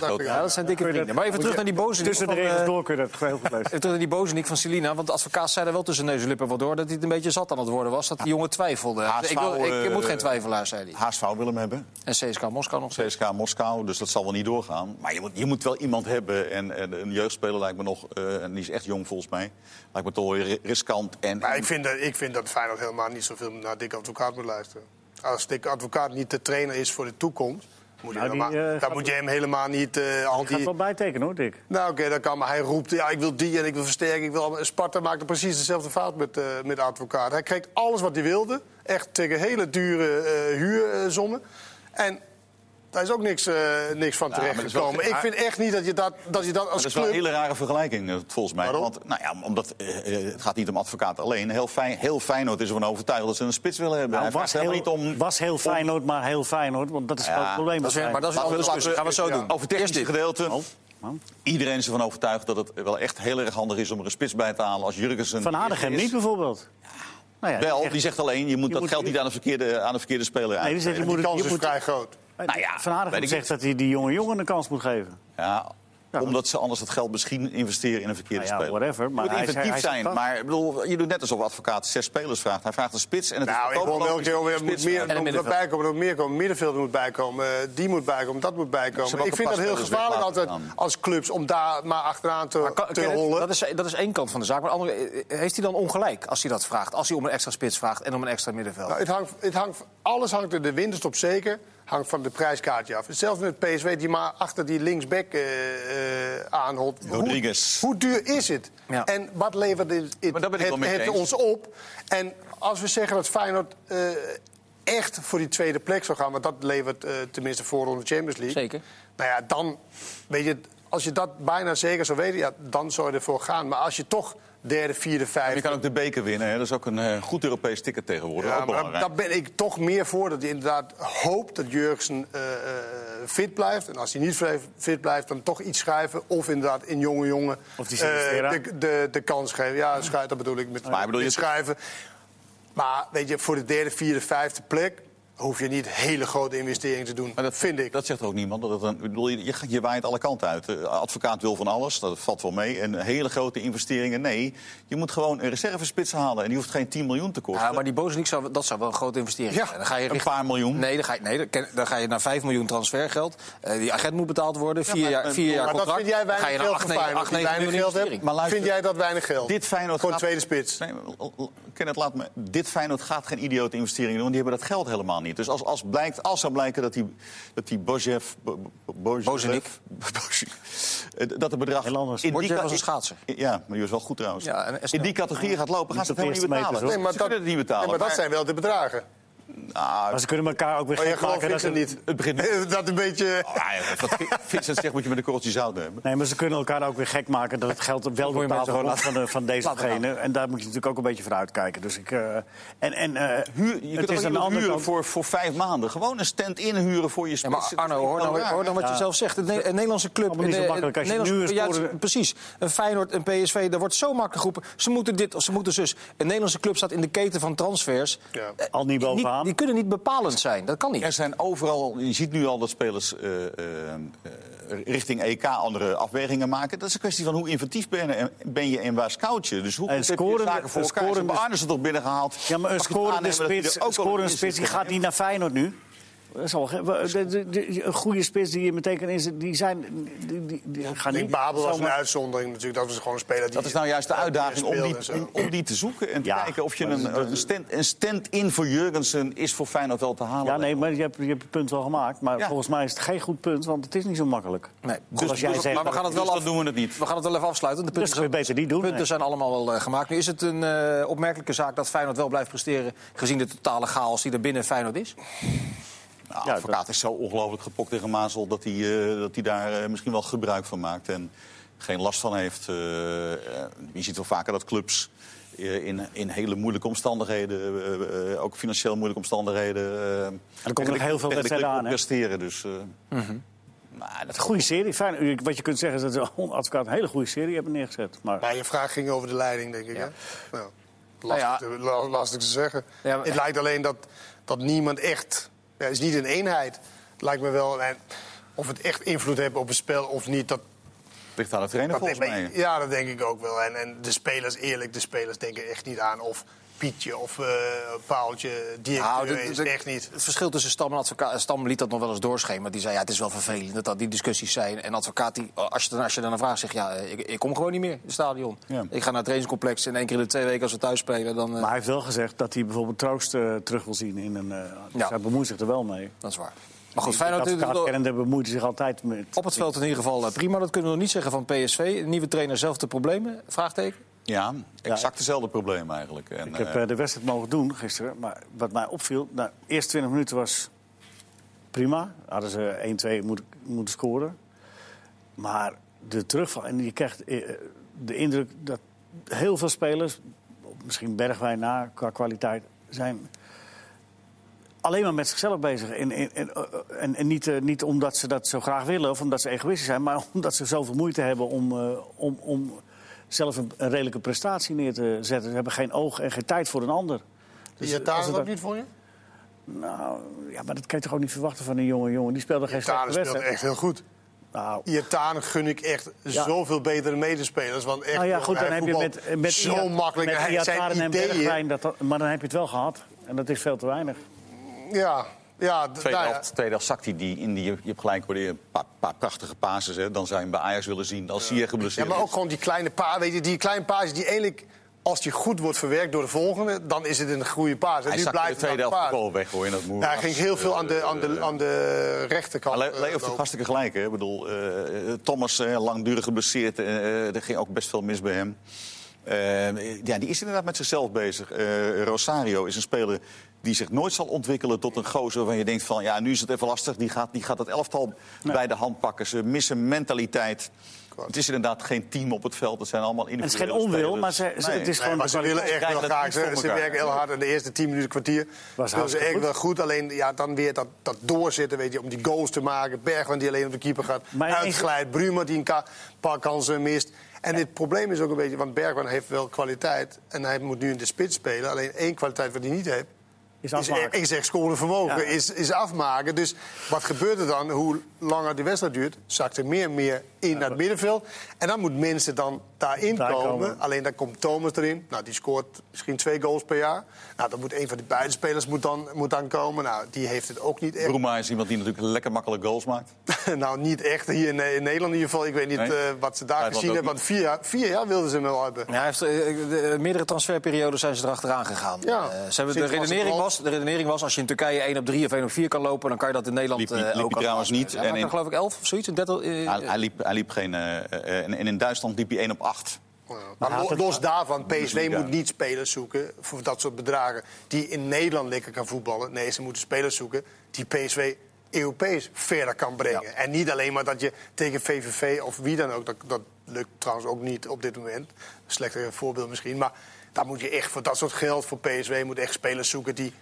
S2: dacht ik
S1: Ja, dat zijn dikke vrienden. Maar even terug naar die boze. eh,
S3: Tussen de regels door kun je dat heel goed [LAUGHS] lezen.
S1: Even terug naar die bozenik van Celina, want de advocaat zei er wel tussen neus en lippen wat door... dat hij het een beetje zat aan het worden was, dat die jongen twijfelde.
S4: HSV,
S1: ik, wil, ik,
S4: eh,
S1: moet geen twijfelaar, zei hij.
S4: HSV wil hem hebben.
S1: En CSK Moskou nog steeds.
S4: CSK Moskou, dus dat zal wel niet doorgaan. Maar je moet, je moet wel iemand hebben. En, en een jeugdspeler lijkt me nog, eh, en die is echt jong volgens mij, lijkt me toch wel ri- riskant. En,
S2: Maar ik vind, dat, ik vind dat Feyenoord helemaal niet zoveel naar Dick Advocaat moet luisteren. Als Dick Advocaat niet de trainer is voor de toekomst... Moet je
S3: Nou, die,
S2: helemaal,
S3: eh,
S2: dan
S3: gaat-
S2: moet je hem helemaal niet... eh al
S3: Gaat
S2: die-
S3: wel bijtekenen hoor, Dick.
S2: Nou, oké, dat kan. Maar hij roept, ja, ik wil die en ik wil versterken. Ik wil... allemaal- Sparta maakte precies dezelfde fout met, eh met de advocaat. Hij kreeg alles wat hij wilde. Echt tegen hele dure eh huurzommen. En daar is ook niks, eh, niks van
S4: maar dat is wel-
S2: terechtgekomen. Ik vind echt niet dat je dat, dat, je dat als
S4: dat is wel
S2: club...
S4: een hele rare vergelijking, eh, volgens mij.
S2: Waarom?
S4: Want, nou ja, omdat, eh, eh, het gaat niet om advocaat alleen. Heel, fijn, heel Feyenoord is ervan overtuigd dat ze een spits willen hebben.
S3: Nou,
S4: Hij
S3: was,
S4: vraagt helemaal
S3: heel,
S4: niet om...
S3: was heel Feyenoord, maar heel Feyenoord. Want dat is
S4: Ja,
S3: wel het probleem. Eh,
S1: Dat is weer- maar dat is een
S4: Laten
S1: andere
S4: we-
S1: discussie. Gaan we het zo doen.
S4: Over het
S1: Eerst
S4: technische
S1: dit.
S4: gedeelte.
S3: Oh, man.
S4: Iedereen is ervan overtuigd dat het wel echt heel erg handig is om er een spits bij te halen als Jurgensen.
S3: Van Aardigem
S4: is.
S3: niet bijvoorbeeld. Nou ja,
S4: Wel,
S3: echt-
S4: die zegt alleen, je moet dat
S3: moet-
S4: geld niet aan de verkeerde, aan de verkeerde speler
S3: nee, die
S4: uitgeven.
S3: zegt, je
S2: Die
S3: moet, het-
S2: kans
S3: je
S2: is
S3: moet,
S2: vrij groot.
S4: Nou ja,
S3: eh, Van Aardigem
S4: weet ik
S3: zegt dat hij die jonge jongen een kans moet geven.
S4: Ja, omdat ze anders het geld misschien investeren in een verkeerde
S3: Nou ja,
S4: speler.
S3: whatever, maar
S4: je moet
S3: hij zei-
S4: inventief
S3: hij zei
S4: zijn.
S3: dat.
S4: Maar ik bedoel, je doet net alsof advocaat zes spelers vraagt. Hij vraagt een spits en het
S2: Nou,
S4: is
S2: ik hoor
S4: ook
S2: hem elke keer alweer, er moet
S4: spits.
S2: meer,
S4: En
S1: een
S2: er moet wat
S1: middenveld.
S2: bijkomen, er moet meer komen. Middenveld moet bijkomen, eh, die moet bijkomen, dat moet
S4: ze
S2: bijkomen.
S4: hebben
S2: Ik
S4: ook
S2: vind
S4: een
S2: dat
S4: paar
S2: heel
S4: spelers
S2: gevaarlijk
S4: weglaten
S2: altijd als clubs om daar maar achteraan te,
S1: Maar kan-
S2: te
S1: Kenneth,
S2: rollen.
S1: dat, is, dat is één kant van de zaak. Maar de andere, eh, heeft hij dan ongelijk als hij dat vraagt? Als hij om een extra spits vraagt en om een extra middenveld?
S2: Nou, het hangt, het hangt, alles hangt er, de winterstop zeker, hangt van de prijskaartje af. Hetzelfde met PSV, die maar achter die linksback eh eh, aanholt.
S4: Rodriguez.
S2: Hoe, hoe duur is het?
S1: Ja.
S2: En wat levert het,
S4: Maar daar ben ik
S2: het,
S4: wel mee
S2: het
S4: eens.
S2: ons op? En als we zeggen dat Feyenoord eh, echt voor die tweede plek zou gaan... want dat levert eh, tenminste voor de Champions League...
S1: Zeker.
S2: Nou ja, dan weet je, als je dat bijna zeker zou weten, ja, dan zou je ervoor gaan. Maar als je toch derde, vierde,
S4: En
S2: vijfde...
S4: Je kan ook de beker winnen. Hè? Dat is ook een eh, goed Europees ticket tegenwoordig.
S2: Ja,
S4: ook
S2: maar
S4: belangrijk.
S2: daar ben ik toch meer voor dat hij inderdaad hoopt dat Jurgensen eh, eh, fit blijft. En als hij niet vrij- fit blijft, dan toch iets schrijven. Of inderdaad in jonge jongen
S3: Of die
S2: eh,
S3: Sinistera.
S2: de, de, de kans geven. Ja, schrijven, dat bedoel ik met,
S4: Maar bedoel
S2: met
S4: je-
S2: schrijven. Maar weet je, voor de derde, vierde, vijfde plek hoef je niet hele grote investeringen te doen.
S4: Maar
S2: dat vind ik.
S4: Dat zegt ook niemand. Dat het een, ik bedoel, je, je, gaat- je waait alle kanten uit. De advocaat wil van alles, dat valt wel mee. En hele grote investeringen, nee. Je moet gewoon een reservespits halen. En die hoeft geen 10 miljoen te kosten.
S1: Ja, maar die Bozeniek zou, dat zou wel een grote investering
S2: Ja,
S1: zijn. Dan ga je
S4: een paar miljoen.
S1: Nee, dan ga je, nee, dan ken- dan ga je naar 5 miljoen transfergeld. Eh, die agent moet betaald worden, vier
S4: maar-
S1: jaar, vier
S4: maar
S1: jaar
S2: maar
S1: contract.
S2: dat vind jij
S1: dan ga je
S2: weinig
S1: naar
S2: geld
S1: 8,
S2: voor
S1: 9,
S2: Feyenoord.
S1: 8,
S2: Die
S1: 9
S2: weinig
S1: miljoen
S2: geld
S1: investering.
S2: hebt,
S4: Maar luister-
S2: vind jij dat weinig geld?
S4: Dit Feyenoord
S2: Voor een
S4: gaat-
S2: tweede spits.
S4: Nee, maar, l- l- Kenneth, laat me. Dit Feyenoord gaat geen idiote investeringen doen, want die hebben dat geld helemaal niet. niet. Dus als, als, blijkt, als zou blijken dat die, dat die Bojev... Bo- Bo- Bojev- [LAUGHS]
S1: Bozenik.
S4: Bozenik, eh, Dat het bedrag...
S3: Heel anders.
S4: in die
S1: Bojev
S4: ka-
S1: was een schaatser.
S4: Ja, maar die was wel goed trouwens.
S1: Ja, en- en
S4: in die categorie gaat lopen, gaan ze het
S3: op de
S4: helemaal niet
S3: eerste
S4: betalen.
S3: meters,
S4: Nee, maar dat, kunnen het niet betalen.
S2: Nee, maar dat zijn wel de bedragen.
S4: Ah,
S3: Maar ze kunnen elkaar ook weer
S2: Oh, je
S3: gek
S2: gelooft
S3: maken. Dat
S2: niks
S3: ze,
S2: er niet.
S4: het [LAUGHS] begint...
S2: Dat een beetje...
S4: Ah, ja, wat [LAUGHS] Vincent zegt, moet je met een korreltje zout nemen.
S3: nee, maar ze kunnen elkaar ook weer gek maken dat het geld wel
S1: je
S3: betaald
S1: mensen gewoon
S3: wordt van, de- van
S1: laten
S3: dezegene. En daar moet je natuurlijk ook een beetje voor uitkijken. Dus ik, eh, en, en, eh,
S4: Huur, je kunt ook iemand huren voor, voor vijf maanden. Gewoon een stand inhuren voor je
S1: Ja,
S4: spits.
S1: maar
S4: Dat
S1: Arno,
S4: vind ik
S1: hoor,
S4: wel
S1: nou,
S4: raar.
S1: hoor dan wat je zelf zegt. Een, Ne- een Nederlandse club.
S3: Allemaal niet
S1: in
S3: zo
S1: de-
S3: makkelijk. Als je
S1: een
S3: nu
S1: Nederlandse-
S3: een
S1: ja,
S3: scoorde-
S1: het is- precies. Een Feyenoord, een PSV, daar wordt zo makkelijk geroepen. Ze moeten dit of ze moeten zus. Een Nederlandse club staat in de keten van transfers.
S2: Ja.
S1: Eh,
S3: Al niet bovenaan.
S1: die kunnen niet bepalend zijn. Dat kan niet.
S4: Er zijn overal, je ziet nu al dat spelers eh, eh, eh, richting EK andere afwegingen maken. Dat is een kwestie van hoe inventief ben je en, ben je en waar scout je. Dus hoe
S3: En
S4: goed heb je
S3: scorende-
S4: zaken voor
S3: een
S4: elkaar. Ze
S3: scorende-
S4: hebben Arnes er toch binnengehaald.
S3: Ja, maar een
S4: Mag je het
S3: scorende
S4: aannemen dat hij er
S3: spits,
S4: ook
S3: een
S4: wel
S3: scorende
S4: in zit?
S3: spits die gaat niet naar Feyenoord nu. Dat is al ge- we- de- de- de- Een goede spits die hier meteen kan inzetten, die, zijn, die, die, die gaan
S2: Ik
S3: niet...
S2: Babel was een
S3: zomaar-
S2: uitzondering natuurlijk. Dat was gewoon een speler die...
S4: Dat is nou juist de uitdaging om
S2: speelde en
S4: die,
S2: zo.
S4: om, om die te zoeken. En te
S3: Ja,
S4: kijken of je
S3: maar dat
S4: een, een stand- een stand-in voor Jurgensen is voor Feyenoord wel te halen.
S3: Ja, nee, maar je hebt, je hebt het punt wel gemaakt. Maar
S4: Ja.
S3: volgens mij is het geen goed punt, want het is niet zo makkelijk.
S1: Nee.
S3: Dus als jij
S1: dus-
S3: zegt...
S1: maar we gaan het
S4: Dus
S1: wel
S4: dan
S1: af.
S4: doen we het niet.
S1: We gaan het wel even afsluiten. De punten,
S3: dat kun je beter niet doen,
S1: punten
S3: nee.
S1: zijn allemaal wel eh, gemaakt. Nu is het een eh, opmerkelijke zaak dat Feyenoord wel blijft presteren... gezien de totale chaos die er binnen Feyenoord is.
S4: Nou,
S3: Ja,
S4: advocaat is zo ongelooflijk gepokt tegen Mazel dat hij, eh, dat hij daar eh, misschien wel gebruik van maakt en geen last van heeft. Eh, eh, je ziet wel vaker dat clubs eh, in, in hele moeilijke omstandigheden, eh, eh, ook financieel moeilijke omstandigheden. eh,
S3: nog
S4: tegen de-
S3: heel veel
S4: tegen de
S3: wedstrijden
S4: club
S3: aan, hè? Mhm.
S4: presteren. Dus, eh, nou, dat
S3: Goede serie. Fijn. Wat je kunt zeggen is dat ze [LAUGHS] advocaat een hele goede serie hebben neergezet. Maar
S2: Maar je vraag ging over de leiding, denk ik.
S1: Ja.
S2: Hè? Nou, lastig, te- la- lastig te zeggen.
S1: Ja, maar-
S2: Het lijkt alleen dat, dat niemand echt. Ja, het is niet een eenheid. Het lijkt me wel. En of het echt invloed heeft op het spel of niet, dat,
S4: ligt aan de trainer
S2: dat
S4: volgens mij.
S2: Ja, dat denk ik ook wel. En, en de spelers, eerlijk, de spelers denken echt niet aan of Pietje of eh, Paaltje. Die
S1: Nou,
S2: is
S1: de- de-
S2: echt niet.
S1: Het verschil tussen Stam en advocaat. eh, Stam liet dat nog wel eens doorschemen. Die zei: ja, het is wel vervelend dat dat die discussies zijn. En advocaat, die, eh, als, je dan, als je dan een vraag zegt: ja, eh, ik, ik kom gewoon niet meer in het stadion.
S4: Ja.
S1: Ik ga naar het trainingscomplex en één keer in de twee weken als we thuis spelen. Dan, eh,
S3: Maar hij heeft wel gezegd dat hij bijvoorbeeld Troost eh, terug wil zien. In een, eh
S1: Ja.
S3: Dus hij bemoeit zich er wel mee.
S1: dat is waar. Maar goed,
S3: Feyenoord
S1: Feyenoord
S3: advocaat kennende bemoeit hij zich altijd met...
S1: op het veld in ieder geval eh, prima. Dat kunnen we nog niet zeggen van PSV. Nieuwe trainer, zelfde problemen? Vraagteken.
S4: Ja, exact hetzelfde probleem eigenlijk. En,
S3: Ik heb
S4: eh,
S3: eh, de wedstrijd mogen doen gisteren, maar wat mij opviel... Nou, de eerste 20 minuten was prima. Hadden ze 1-2 moeten, moeten scoren. Maar de terugval... En je krijgt eh, de indruk dat heel veel spelers... misschien Bergwijn na qua kwaliteit... zijn alleen maar met zichzelf bezig. En, en, en, eh, en, en niet, eh, niet omdat ze dat zo graag willen of omdat ze egoïstisch zijn, maar [LAUGHS] omdat ze zoveel moeite hebben om, eh, om, om zelf een, een redelijke prestatie neer te zetten. Ze hebben geen oog en geen tijd voor een ander.
S2: Die
S3: eh, als
S2: Jataren
S3: het
S2: dat
S3: dan-
S2: niet voor je?
S3: Nou, ja, maar dat kan je toch ook niet verwachten van een jonge jongen. Die speelde geen
S2: Jataren
S3: slechte
S2: speelt
S3: wedstrijd.
S2: echt heel goed.
S3: Nou,
S2: Iertaan gun ik echt
S3: Ja.
S2: zoveel betere medespelers. Want echt,
S3: nou ja,
S2: joh,
S3: goed, dan
S2: hij
S3: heb je
S2: voetbalt
S3: met, met
S2: zo
S3: Iat-
S2: makkelijk.
S3: met
S2: Hij-
S3: Iataren
S2: zijn
S3: en
S2: ideeën.
S3: Bergwijn, dat, dat- maar dan heb je het wel gehad. En dat is veel te weinig.
S2: Ja, ja, d-
S4: Tweede
S2: nou ja.
S4: helft, tweede helft zakt hij die in. Die, je hebt gelijk hoor, die een paar, paar prachtige pases. Hè. Dan zou je hem bij Ajax willen zien als hij
S2: ja,
S4: geblesseerd
S2: maar ook
S4: is.
S2: gewoon die kleine paas. Weet je, die kleine paas die eigenlijk, als die goed wordt verwerkt door de volgende, dan is het een goede paas. En
S4: Hij
S2: nu
S4: zakt in
S2: blijft
S4: de
S2: het aan
S4: tweede
S2: de
S4: helft de
S2: paas.
S4: goal weg hoor. In dat
S2: Ja,
S4: moeras. Eh,
S2: hij ging heel veel aan de, aan de, aan de rechterkant.
S4: Maar Le-
S2: eh,
S4: Leo heeft het
S2: lopen.
S4: hartstikke gelijk. Hè? Ik bedoel, eh, eh, Thomas, eh, langdurig geblesseerd. eh, eh, er ging ook best veel mis bij hem. Eh, ja, die is inderdaad met zichzelf bezig. Eh, Rosario is een speler die zich nooit zal ontwikkelen tot een gozer... waarvan je denkt van, ja, nu is het even lastig. Die gaat, die gaat het elftal bij de hand pakken. Ze missen mentaliteit. Het is inderdaad geen team op het veld. Het zijn allemaal
S3: En het is
S4: individuele
S3: geen onwil,
S4: spelers.
S3: maar ze, ze-
S4: Nee.
S3: het is
S2: Nee,
S3: gewoon...
S2: maar
S3: de
S2: ze willen echt wel
S4: Kijk, dat
S2: graag.
S4: is voor
S2: Ze, ze
S4: elkaar.
S2: werken heel hard in de eerste 10 minuten kwartier. Was ze
S3: hartstikke
S2: echt
S3: goed.
S2: wel goed. Alleen ja, dan weer dat, dat doorzitten, weet je, om die goals te maken. Bergman die alleen op de keeper gaat.
S3: Maar
S2: uitglijdt. Bruma die een ka- paar kansen mist. En het probleem is ook een beetje, want Bergman heeft wel kwaliteit. En hij moet nu in de spits spelen. Alleen één kwaliteit wat hij niet heeft.
S3: is
S2: Is, e-
S3: afmaken.
S2: is echt scorende vermogen,
S3: Ja.
S2: is, is afmaken. Dus wat gebeurt er dan? Hoe langer die wedstrijd duurt, zakt er meer en meer in naar het middenveld. En dan moet mensen dan daarin
S3: Daar
S2: komen.
S3: komen.
S2: Alleen dan komt Thomas erin. Nou, die scoort misschien twee goals per jaar. Nou, dan moet een van die buitenspelers moet dan, moet dan komen. Nou, die heeft het ook niet echt.
S4: Bruma is iemand die natuurlijk lekker makkelijk goals maakt.
S2: [LAUGHS] nou, niet echt hier in, in Nederland in ieder geval. Ik weet niet
S4: Nee.
S2: eh, wat ze daar
S4: Uitland
S2: gezien
S4: ook
S2: hebben. Want vier jaar, vier jaar wilden ze hem wel hebben.
S1: Ja, hij heeft, eh, de- meerdere transferperiodes zijn ze erachteraan gegaan.
S2: Ja.
S1: Eh, ze hebben, de,
S2: Sinds
S1: redenering
S2: was het al-
S1: was, de redenering was, als je in Turkije 1 op 3 of 1 op 4 kan lopen... dan kan je dat in Nederland
S4: Liep
S1: eh
S4: hij- liep hij
S1: ook aan
S4: trouwens
S1: afspelen.
S4: niet.
S1: Hij
S4: En
S1: maakte
S4: in-
S1: er geloof ik 11 of zoiets. Een dertig, eh,
S4: Hij, hij liep, hij liep geen. eh, eh, en, en in Duitsland liep hij 1 op 8.
S2: Maar lo- los daarvan, PSV
S4: Bundesliga.
S2: moet niet spelers zoeken voor dat soort bedragen die in Nederland lekker kan voetballen. Nee, ze moeten spelers zoeken die PSV Europees verder kan brengen. En niet alleen maar dat je tegen VVV of wie dan ook, dat, dat lukt trouwens ook niet op dit moment. Slecht eh, voorbeeld misschien, maar daar moet je echt voor dat soort geld voor PSV moet echt spelers zoeken die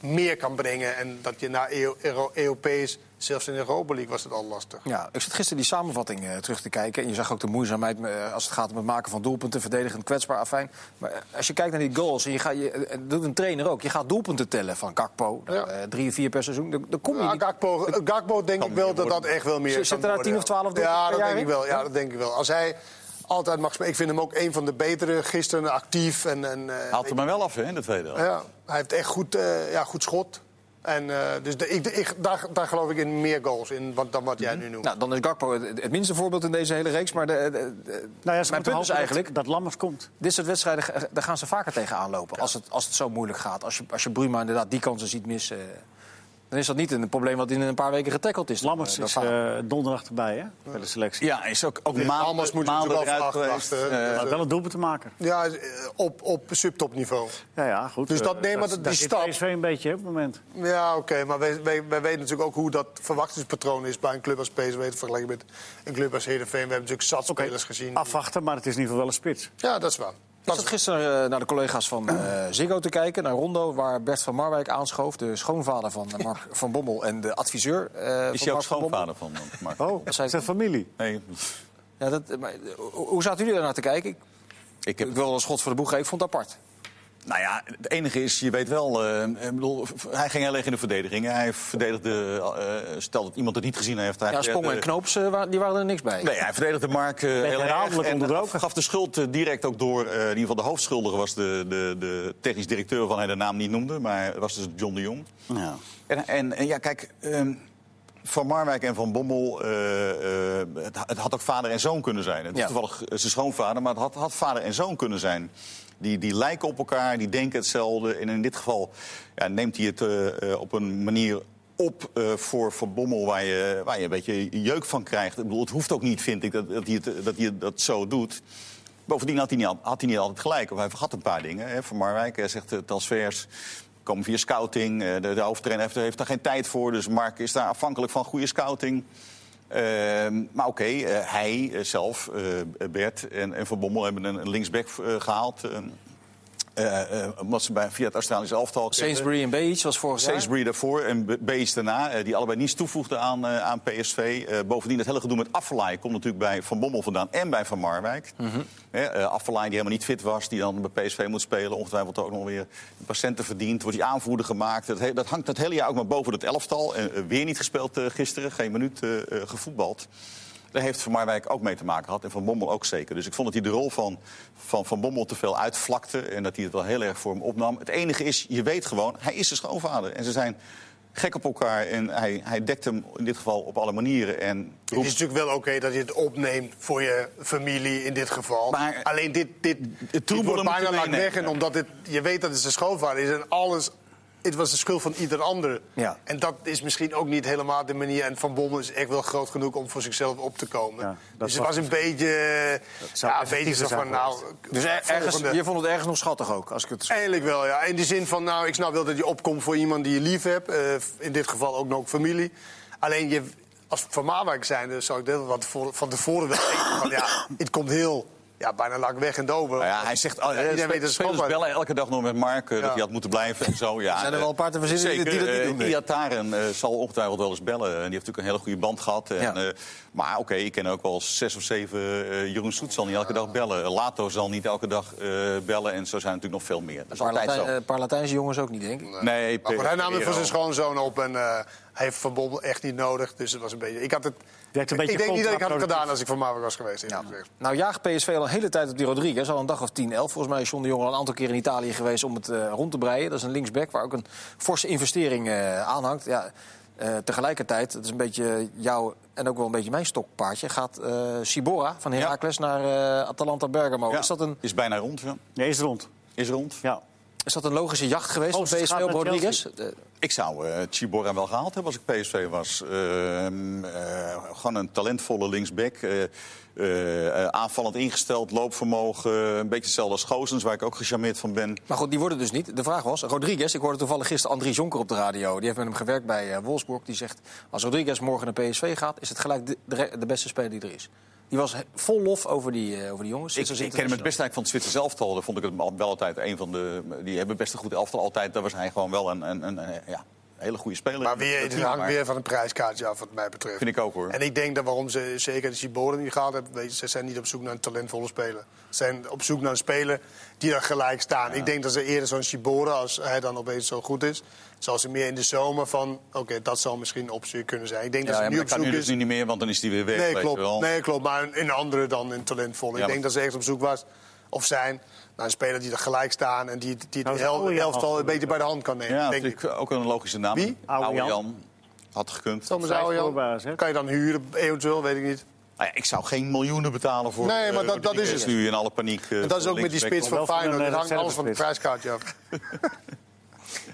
S2: meer kan brengen en dat je naar EU- Euro- Europees, zelfs in de Europa League was het al lastig.
S1: Ja, ik zat gisteren die samenvatting eh, terug te kijken. En je zag ook de moeizaamheid eh, als het gaat om het maken van doelpunten, verdedigend, kwetsbaar, afijn. Maar eh, als je kijkt naar die goals, en je gaat, je, eh, dat doet een trainer ook. Je gaat doelpunten tellen van Kakpo,
S2: Ja.
S1: eh, drie, vier per seizoen. Dan, dan kom je
S2: Ja,
S1: niet.
S2: Gakpo, eh, Gakpo denk ik wel dat dat echt wel meer
S1: Zit- zitten
S2: kan
S1: daar
S2: worden,
S1: 10 of
S2: ja.
S1: 12 doelpunten
S2: Ja,
S1: per
S2: dat
S1: jaar
S2: denk ik
S1: in?
S2: wel. Ja, dat denk ik wel. Als hij altijd mag spelen. Ik vind hem ook een van de betere. Gisteren actief. En, en, eh,
S4: Haalt er maar wel af hè, in de tweede helft.
S2: ja, hij heeft echt goed, eh, ja, goed schot. En, eh, dus de- ik, ik, daar, daar geloof ik in meer goals in wat, dan wat jij
S4: Mhm.
S2: nu noemt.
S1: Nou, dan is Gakpo het, het minste voorbeeld in deze hele reeks. Maar de, de- de-
S3: Nou ja, ze
S1: mijn
S3: moeten
S1: punt is
S3: hopen
S1: eigenlijk,
S3: dat, dat Lammers komt.
S1: dit soort wedstrijden, eh, daar gaan ze vaker tegen aanlopen. Als, het, als het zo moeilijk gaat. Als je, als je Bruma inderdaad die kansen ziet missen... eh, dan is dat niet een probleem wat in een paar weken getackeld is.
S3: Lammers
S1: door-
S3: is
S1: door Feyenoord.
S3: eh, donderdag erbij hè, bij de selectie.
S4: Ja, is ook, ook
S2: Almas
S4: maanden,
S2: moet je
S4: maanden
S2: natuurlijk
S4: eruit
S2: wel van
S4: geweest.
S2: afwachten, hè.
S4: Eh,
S3: Maar wel een doelpunt te maken.
S2: Ja, eh, op, op subtopniveau.
S3: Ja, ja, goed.
S2: Dus dat-
S3: eh,
S2: nee, maar dat- die
S3: zit
S2: stap-
S3: PSV een beetje hè, op het moment.
S2: Ja, oké. maar wij, wij, wij weten natuurlijk ook hoe dat verwachtingspatroon is bij een club als PSV... vergeleken met een club als Heerenveen. We hebben natuurlijk zat
S3: Oké,
S2: spelers gezien.
S3: Afwachten, maar het is in ieder geval wel een spits.
S2: Ja, dat is waar.
S1: Ik
S2: Dat is
S1: zat gisteren eh, naar de collega's van
S4: [CLEARS THROAT]
S1: eh, Ziggo te kijken, naar Rondo, waar Bert van Marwijk aanschoof. De schoonvader van
S4: [LAUGHS]
S1: eh, Mark van Bommel en de adviseur. eh,
S4: is
S1: van
S4: hij ook
S1: Mark van Bommel.
S4: schoonvader van eh, Mark?
S3: Oh,
S1: zei ik.
S3: zijn familie.
S4: Nee,
S1: Ja, dat, eh, maar, eh, hoe- hoe zaten jullie daarnaar te kijken? Ik,
S4: ik
S1: ik
S4: heb
S1: wil wel een schot voor de boeg geven, ik vond het apart.
S4: Nou ja, het enige is, je weet wel, eh, ik bedoel, v- hij ging heel erg in de verdediging. Hij verdedigde, eh, stel dat iemand het niet gezien heeft. Hij
S1: Ja, Spong en
S4: verdedigde-
S1: Knoops, eh, wa- die waren er niks bij.
S4: Nee, hij verdedigde Mark eh, heel erg.
S3: herhaaldelijk
S4: En
S3: onderbroken.
S4: gaf de schuld eh, direct ook door, eh, in ieder geval de hoofdschuldige was de, de, de technisch directeur, van hij de naam niet noemde. Maar het was dus John de Jong.
S3: Ja.
S4: En, en, en ja, kijk, ehm, Van Marwijk en Van Bommel, eh, eh, het, het had ook vader en zoon kunnen zijn. Het
S1: Ja.
S4: was toevallig eh, zijn schoonvader, maar het had, had vader en zoon kunnen zijn. Die, die lijken op elkaar, die denken hetzelfde. En in dit geval ja, neemt hij het eh, eh, op een manier op eh, voor Van Bommel... Waar je, waar je een beetje jeuk van krijgt. Ik bedoel, het hoeft ook niet, vind ik, dat, dat, hij, het, dat hij dat zo doet. Bovendien had hij niet, al- had hij niet altijd gelijk. Of hij vergat een paar dingen. Hè. Van Marwijk hij zegt eh, transfers komen via scouting. Eh, De, de hoofdtrainer heeft, heeft daar geen tijd voor. Dus Mark is daar afhankelijk van goede scouting. Ehm, maar oké, eh, hij eh, zelf, eh, Bert en, en Van Bommel hebben een, een linksback eh, gehaald. Ehm, eh, eh, omdat ze bij, via het Australische elftal...
S1: Sainsbury en Beach was vorig jaar.
S4: Sainsbury daarvoor en Be- Bees daarna, eh, die allebei niets toevoegden aan, eh, aan PSV. Eh, bovendien, het hele gedoe met Affalay komt natuurlijk bij Van Bommel vandaan en bij Van Marwijk. Hè, eh, Affalay, die helemaal niet fit was, die dan bij PSV moet spelen. Ongetwijfeld ook nog weer patiënten verdient, wordt hij aanvoerder gemaakt. Dat, he- dat hangt het hele jaar ook maar boven het elftal. En, eh, weer niet gespeeld eh, gisteren, geen minuut eh, eh, gevoetbald. Daar heeft Van Marwijk ook mee te maken gehad en Van Bommel ook zeker. Dus ik vond dat hij de rol van Van, van Bommel te veel uitvlakte... en dat hij het wel heel erg voor hem opnam. Het enige is, je weet gewoon, hij is zijn schoonvader. En ze zijn gek op elkaar en hij, hij dekt hem in dit geval op alle manieren. En
S2: Het
S4: roept
S2: is natuurlijk wel oké dat je het opneemt voor je familie in dit geval.
S4: Maar-
S2: Alleen dit, dit, dit
S4: troebelen
S2: wordt
S4: moet
S2: bijna
S4: je
S2: lang weg.
S4: meenemen.
S2: En omdat dit, je weet dat het zijn schoonvader is en alles... Het was de schuld van ieder ander.
S1: Ja.
S2: En dat is misschien ook niet helemaal de manier. En Van Bommel is echt wel groot genoeg om voor zichzelf op te komen.
S3: Ja, dat
S2: dus het
S3: was-
S2: was een beetje...
S3: zou
S2: Ja, een beetje zo
S3: effectiever
S2: van,
S3: zijn
S2: nou...
S1: Dus er- ergens,
S2: volgende.
S1: je vond het ergens nog schattig ook, als ik
S4: Eh,
S1: het...
S2: Eigenlijk wel, ja. In de zin van, nou, ik snap wel dat je opkomt voor iemand die je lief hebt. Eh, in dit geval ook nog familie. Alleen je, als Van Marwijk zijnde zou ik dit van tevoren, van tevoren wel denken van, ja, het komt heel, ja, bijna lak weg en dover.
S4: Nou ja, hij zegt, al-
S2: iedereen
S4: eh,
S2: weet dat
S4: spe-
S2: het
S4: spelers
S2: schoonbaar-
S4: bellen elke dag nog met Mark eh,
S2: Ja.
S4: dat hij had moeten blijven en zo. Ja,
S1: Zijn er wel een paar te verzinnen die-
S4: zeker,
S1: die dat niet
S4: eh,
S1: doen, nee.
S4: Iataren eh, zal ongetwijfeld wel eens bellen. En die heeft natuurlijk een hele goede band gehad. En,
S1: Ja.
S4: eh, maar oké, ik ken ook wel zes of zeven. eh, Jeroen Soet zal niet elke dag bellen. Lato zal niet elke dag eh, bellen. En zo zijn er natuurlijk nog veel meer. Dat is
S1: Een paar,
S4: altijd
S1: Latijn-
S4: zo.
S1: eh, een paar Latijnse jongens ook niet, denk ik.
S4: nee, oh.
S2: Maar goed, hij nam het voor zijn schoonzoon op en eh, heeft Van Bommel echt niet nodig. Dus het was een beetje... Ik, had het,
S3: Werkt een beetje
S2: ik denk niet dat ik had het
S3: contraproductief.
S2: gedaan als ik van Marwijk was geweest. eerlijk gezegd.
S1: Nou jaagt PSV al een hele tijd op die Rodriguez. Al een dag of 10, 11. Volgens mij is John de Jong al een aantal keer in Italië geweest om het eh, rond te breien. Dat is een linksback waar ook een forse investering eh, aan hangt. Ja, eh, tegelijkertijd, dat is een beetje jouw en ook wel een beetje mijn stokpaardje... gaat eh Sibora van Heracles naar eh, Atalanta Bergamo.
S4: Ja,
S1: Is, dat een,
S4: is bijna rond, ja.
S3: Nee, is rond.
S4: Is rond.
S3: Ja.
S1: is dat een logische jacht geweest
S3: Oh,
S1: van
S3: ze
S1: PSV
S3: gaat
S1: op
S3: met
S1: Rodriguez? Eh,
S4: Ik zou eh Chibora wel gehaald hebben als ik PSV was. Ehm, eh, gewoon een talentvolle linksback. eh, eh, eh, aanvallend ingesteld, loopvermogen. Een beetje hetzelfde als Gozens, waar ik ook gecharmeerd van ben.
S1: Maar goed, die worden dus niet. De vraag was, Rodriguez, ik hoorde toevallig gisteren Andries Jonker op de radio. Die heeft met hem gewerkt bij eh, Wolfsburg. Die zegt, als Rodriguez morgen naar PSV gaat... is het gelijk de, de, de beste speler die er is. Die was he- vol lof over die, eh, over die jongens.
S4: Ik, ik ken hem het dus best eigenlijk van het Zwitsers elftal. Daar vond ik het al- wel altijd een van de... Die hebben best een goed elftal altijd. Daar was hij gewoon wel een, een, een, eh, ja, een hele goede speler.
S2: Maar weer,
S4: Dat
S2: het
S4: team,
S2: hangt
S4: maar
S2: weer van een prijskaartje af, wat mij betreft.
S4: Vind ik ook, hoor.
S2: En ik denk dat waarom ze zeker de Ciboren niet gehaald hebben... weet je, ze zijn niet op zoek naar een talentvolle speler. Ze zijn op zoek naar een speler die daar gelijk staan. Ik denk dat ze eerder zo'n Ciboren, als hij dan opeens zo goed is... zal ze meer in de zomer van, oké, dat zou misschien een optie kunnen zijn. Ik denk
S4: Ja,
S2: dat
S4: ja,
S2: ze
S4: maar
S2: nu
S4: dat
S2: op
S4: kan
S2: zoek
S4: nu
S2: is...
S4: dus niet meer, want dan is hij weer weg.
S2: nee,
S4: weet je wel.
S2: klopt. nee, klopt, maar een, een andere dan een talentvolle.
S4: Ja,
S2: ik denk
S4: maar-
S2: dat ze echt op zoek was, of zijn... naar een speler die er gelijk staan en die, die
S3: Nou,
S2: het
S3: dat is
S2: hel-
S3: Ojan
S2: elftal een beetje bij de hand kan nemen.
S4: Ja,
S2: denk ik.
S4: natuurlijk ook een logische naam.
S2: Wie?
S3: Oude
S4: Oude
S3: Jan.
S4: Jan. Had gekund.
S2: Thomas
S3: Vijf
S2: Ojan.
S3: voorbaars, hè?
S2: Kan je dan huren, eventueel, weet ik niet.
S4: Nou ja, ik zou geen miljoenen betalen voor.
S2: Nee, maar dat-
S4: eh,
S2: dat
S4: Rodriguez
S2: is het.
S4: nu in alle paniek. eh,
S2: En dat is
S4: voor
S2: ook met die
S4: linksback.
S2: spits van
S3: wel van
S2: Feyenoord.
S3: een,
S2: Het
S3: eh,
S2: hangt alles van het prijskaartje af.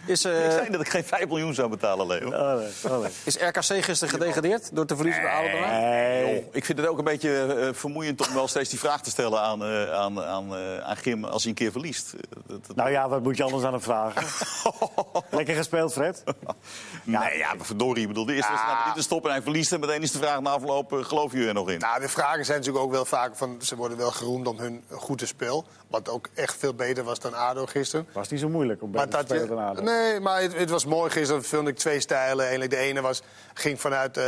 S1: Is, eh,
S4: Ik zei dat ik geen 5 miljoen zou betalen, Leo.
S3: Oh, nee, oh, nee.
S1: is RKC gisteren gedegradeerd door te verliezen bij Oudenaar?
S3: Nee.
S4: Joh, ik vind het ook een beetje eh, vermoeiend om wel steeds die vraag te stellen aan, eh, aan, aan, eh, aan Gim als hij een keer verliest. Eh, dat- dat- [LAUGHS]
S3: Nou ja, wat moet je anders aan hem [LAUGHS] vragen? Lekker gespeeld, Fred.
S4: nee, ja, maar verdorie. Ik bedoel, de eerste wedstrijd dit is stop en hij verliest. En meteen is de vraag na afloop, eh, geloof je er nog in?
S2: Nou, de vragen zijn natuurlijk ook wel vaak van... ze worden wel geroemd om hun goede spel. Wat ook echt veel beter was dan ADO gisteren.
S3: Was niet zo moeilijk om bij
S2: Maar
S3: te
S2: dat
S3: spelen
S2: je-
S3: dan ADO.
S2: nee, maar het, het was mooi gisteren. Vond ik twee stijlen. Eigenlijk de ene was, ging vanuit... eh,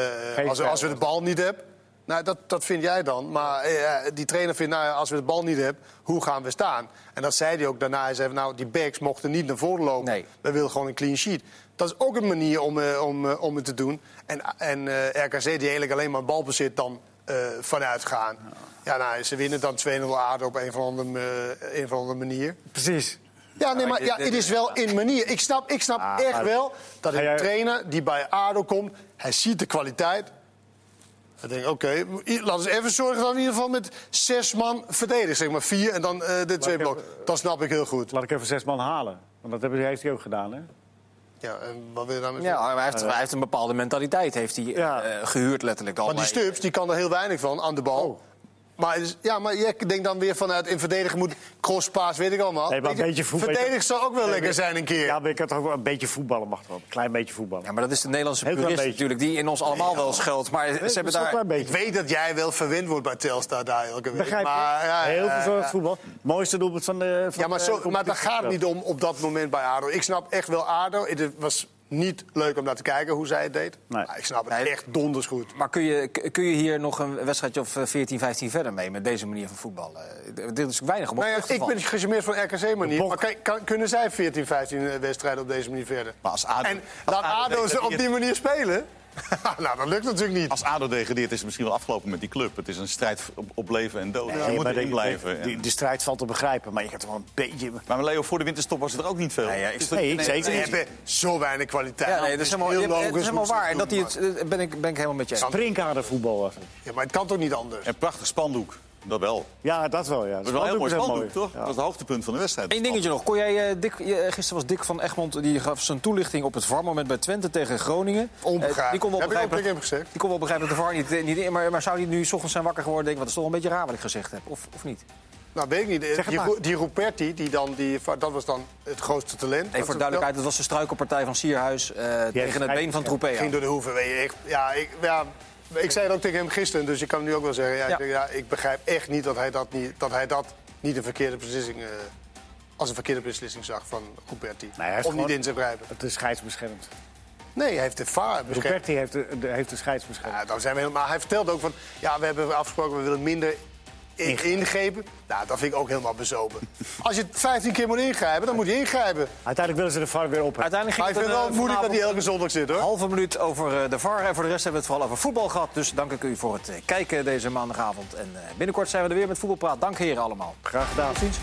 S2: als,
S3: stijl,
S2: als we de bal niet hebben... Nou, dat, dat vind jij dan. Maar eh, die trainer vindt, nou ja, als we de bal niet hebben, hoe gaan we staan? En dat zei hij ook daarna. Hij zei, van, nou, die backs mochten niet naar voren lopen.
S1: Nee.
S2: We willen gewoon een clean sheet. Dat is ook een manier om, eh, om, eh, om het te doen. En, en eh, RKC die eigenlijk alleen maar balbezit dan eh, vanuit gaan. Ja, nou, ze winnen dan 2-0 aarde op een of andere, eh, een of andere manier.
S3: Precies.
S2: Ja, nee, maar
S1: dit-
S2: ja,
S1: dit-
S2: het is wel in manier. Ik snap, ik snap
S3: Ah,
S2: echt
S3: maar-
S2: wel dat
S3: Ga
S2: een
S3: jij-
S2: trainer die bij ADO komt... hij ziet de kwaliteit. Hij denkt, oké, i- laten we even zorgen dat we in ieder geval met zes man verdedigen. Zeg maar vier en dan eh, de twee
S3: ik
S2: blok. Dat snap ik heel goed.
S3: Laat ik even zes man halen. Want dat hebben- heeft hij ook gedaan, hè?
S2: Ja, en wat wil je daarmee
S1: Ja, maar hij heeft, hij heeft een bepaalde mentaliteit, heeft hij
S3: Ja.
S1: eh, gehuurd letterlijk al.
S2: Maar die
S1: bij-
S2: Stubbs die kan er heel weinig van aan de bal.
S3: Oh.
S2: Maar, het is- ja, maar jij denkt dan weer vanuit in verdedigen moet crosspaas, weet ik allemaal.
S3: Nee, maar een
S2: Weet je,
S3: beetje voetbal-
S2: Verdedigen zou ook wel lekker zijn een keer.
S3: Ja, maar ik had toch wel een beetje voetballen, mag toch wel. Een klein beetje voetballen.
S1: Ja, maar dat is de Nederlandse
S3: Heel klein
S1: purist
S3: beetje.
S1: natuurlijk, die in ons allemaal wel schuilt. Maar ze hebben
S3: een
S1: daar...
S3: klein
S2: ik
S3: beetje.
S2: weet dat jij wel verwend wordt bij Telstar daar elke week.
S3: Begrijp je?
S2: maar, ja, ja,
S3: Heel
S2: ja,
S3: veel
S2: ja.
S3: voetbal. Mooiste doelpunt van de van
S2: Ja,
S1: eh,
S2: maar,
S3: de
S2: zo, maar dat
S1: dus
S3: competitie.
S2: gaat niet om op dat moment bij ADO. Ik snap echt wel ADO. Het was niet leuk om naar te kijken hoe zij het deed.
S3: Nee.
S2: Maar ik snap het
S1: Nee.
S2: echt donders goed.
S1: Maar kun je, k- kun je hier nog een wedstrijdje of eh, 14, 15 verder mee met deze manier van voetballen? Eh, d- Dit is weinig om op
S2: Nou ja,
S1: terug te
S2: ik
S1: vallen.
S2: ben gecharmeerd van RKC-manier.
S3: Bok.
S2: Maar kan- kan- kunnen zij 14, 15 wedstrijden op deze manier verder?
S4: Maar als ADO
S2: En
S4: als
S2: laat
S4: ADO
S2: ADO ze
S4: degradeert-
S2: op die manier spelen? [LAUGHS] nou, dat lukt natuurlijk niet.
S4: Als ADO degradeert is het misschien wel afgelopen met die club. Het is een strijd op, op leven en dood.
S3: Ja,
S4: je moet
S3: maar
S4: erin
S3: de-
S4: blijven.
S3: de-
S4: En-
S3: Die, die strijd valt te begrijpen, maar je gaat toch wel een beetje...
S4: Maar Leo, voor de winterstop was het er ook niet veel.
S1: Nee, ja, ik-
S4: Het is toch-
S3: Nee, zeker
S2: Ze
S3: niet.
S2: hebben zo weinig kwaliteit.
S1: Ja, nee, dat is helemaal, je- het is helemaal
S2: hoe ze
S1: waar. En
S2: doen,
S1: dat hij
S2: maar-
S1: het, eh, ben, ik, ben ik helemaal met je eens.
S3: Springkadervoetbal was het.
S2: Ja, maar het kan toch niet anders?
S4: En prachtig spandoek. Dat wel.
S3: Ja, dat wel, ja.
S4: Dat was wel een heel mooi
S3: Spandoek is
S4: spandoek, toch?
S3: Ja.
S4: Dat was het hoogtepunt van de wedstrijd.
S1: Eén dingetje nog. Kon jij, eh, Dick, eh, gisteren was Dick van Egmond, die gaf zijn toelichting op het VAR-moment bij Twente tegen Groningen.
S2: Onbegrijpelijk.
S1: Eh, die kon wel
S2: Heb ik
S1: begrijpen,
S2: ook tegen hem gezegd?
S1: Die kon wel begrijpen dat de VAR niet, niet in, maar, maar zou die nu s ochtends zijn wakker geworden en denken, wat is toch een beetje raar wat ik gezegd heb, of, of niet?
S2: Nou, weet ik niet.
S3: het
S2: Die,
S3: maar.
S2: Ro- die Ruperti, die dan, die, dat was dan het grootste
S1: Nee,
S2: talent.
S1: voor de
S2: Dat- dat-
S1: duidelijkheid, het was de struikelpartij van Sierhuis eh, tegen het
S3: gelijk.
S1: been van Troepé.
S2: ging door de hoeven. Weet je. Ik, ja, ik, ja, ik zei het ook tegen hem gisteren, dus ik kan het nu ook wel zeggen. Ja,
S1: Ja.
S2: Ik, denk, ja, ik begrijp echt niet dat hij dat niet, dat hij dat niet een verkeerde beslissing, eh, als een verkeerde beslissing zag van Ruperti.
S3: hij
S2: Om
S3: heeft
S2: niet
S3: gewoon-
S2: in te grijpen.
S3: Het is scheidsbeschermd.
S2: Nee, hij heeft de vaar beschermd.
S3: Roberti heeft de, de- heeft de scheidsbeschermd.
S2: Ja, dan zijn we helemaal, maar hij vertelde ook van, ja, we hebben afgesproken, we willen minder in- ingrepen. Nou, dat vind ik ook helemaal bezopen. Als je 15 keer moet ingrijpen, dan moet je ingrijpen.
S5: Uiteindelijk willen ze de VAR weer opheffen.
S1: Uiteindelijk
S2: Maar ik
S1: ging
S2: vind
S1: het eh,
S2: het wel
S3: eh,
S1: een
S2: moeilijk dat hij elke zondag zit, hoor.
S1: halve minuut over eh, de VAR. En voor de rest hebben we het vooral over voetbal gehad. Dus dank ik u voor het eh, kijken deze maandagavond. En eh, binnenkort zijn we er weer met Voetbalpraat. Dank heren allemaal.
S5: Graag gedaan.
S1: Tot ziens.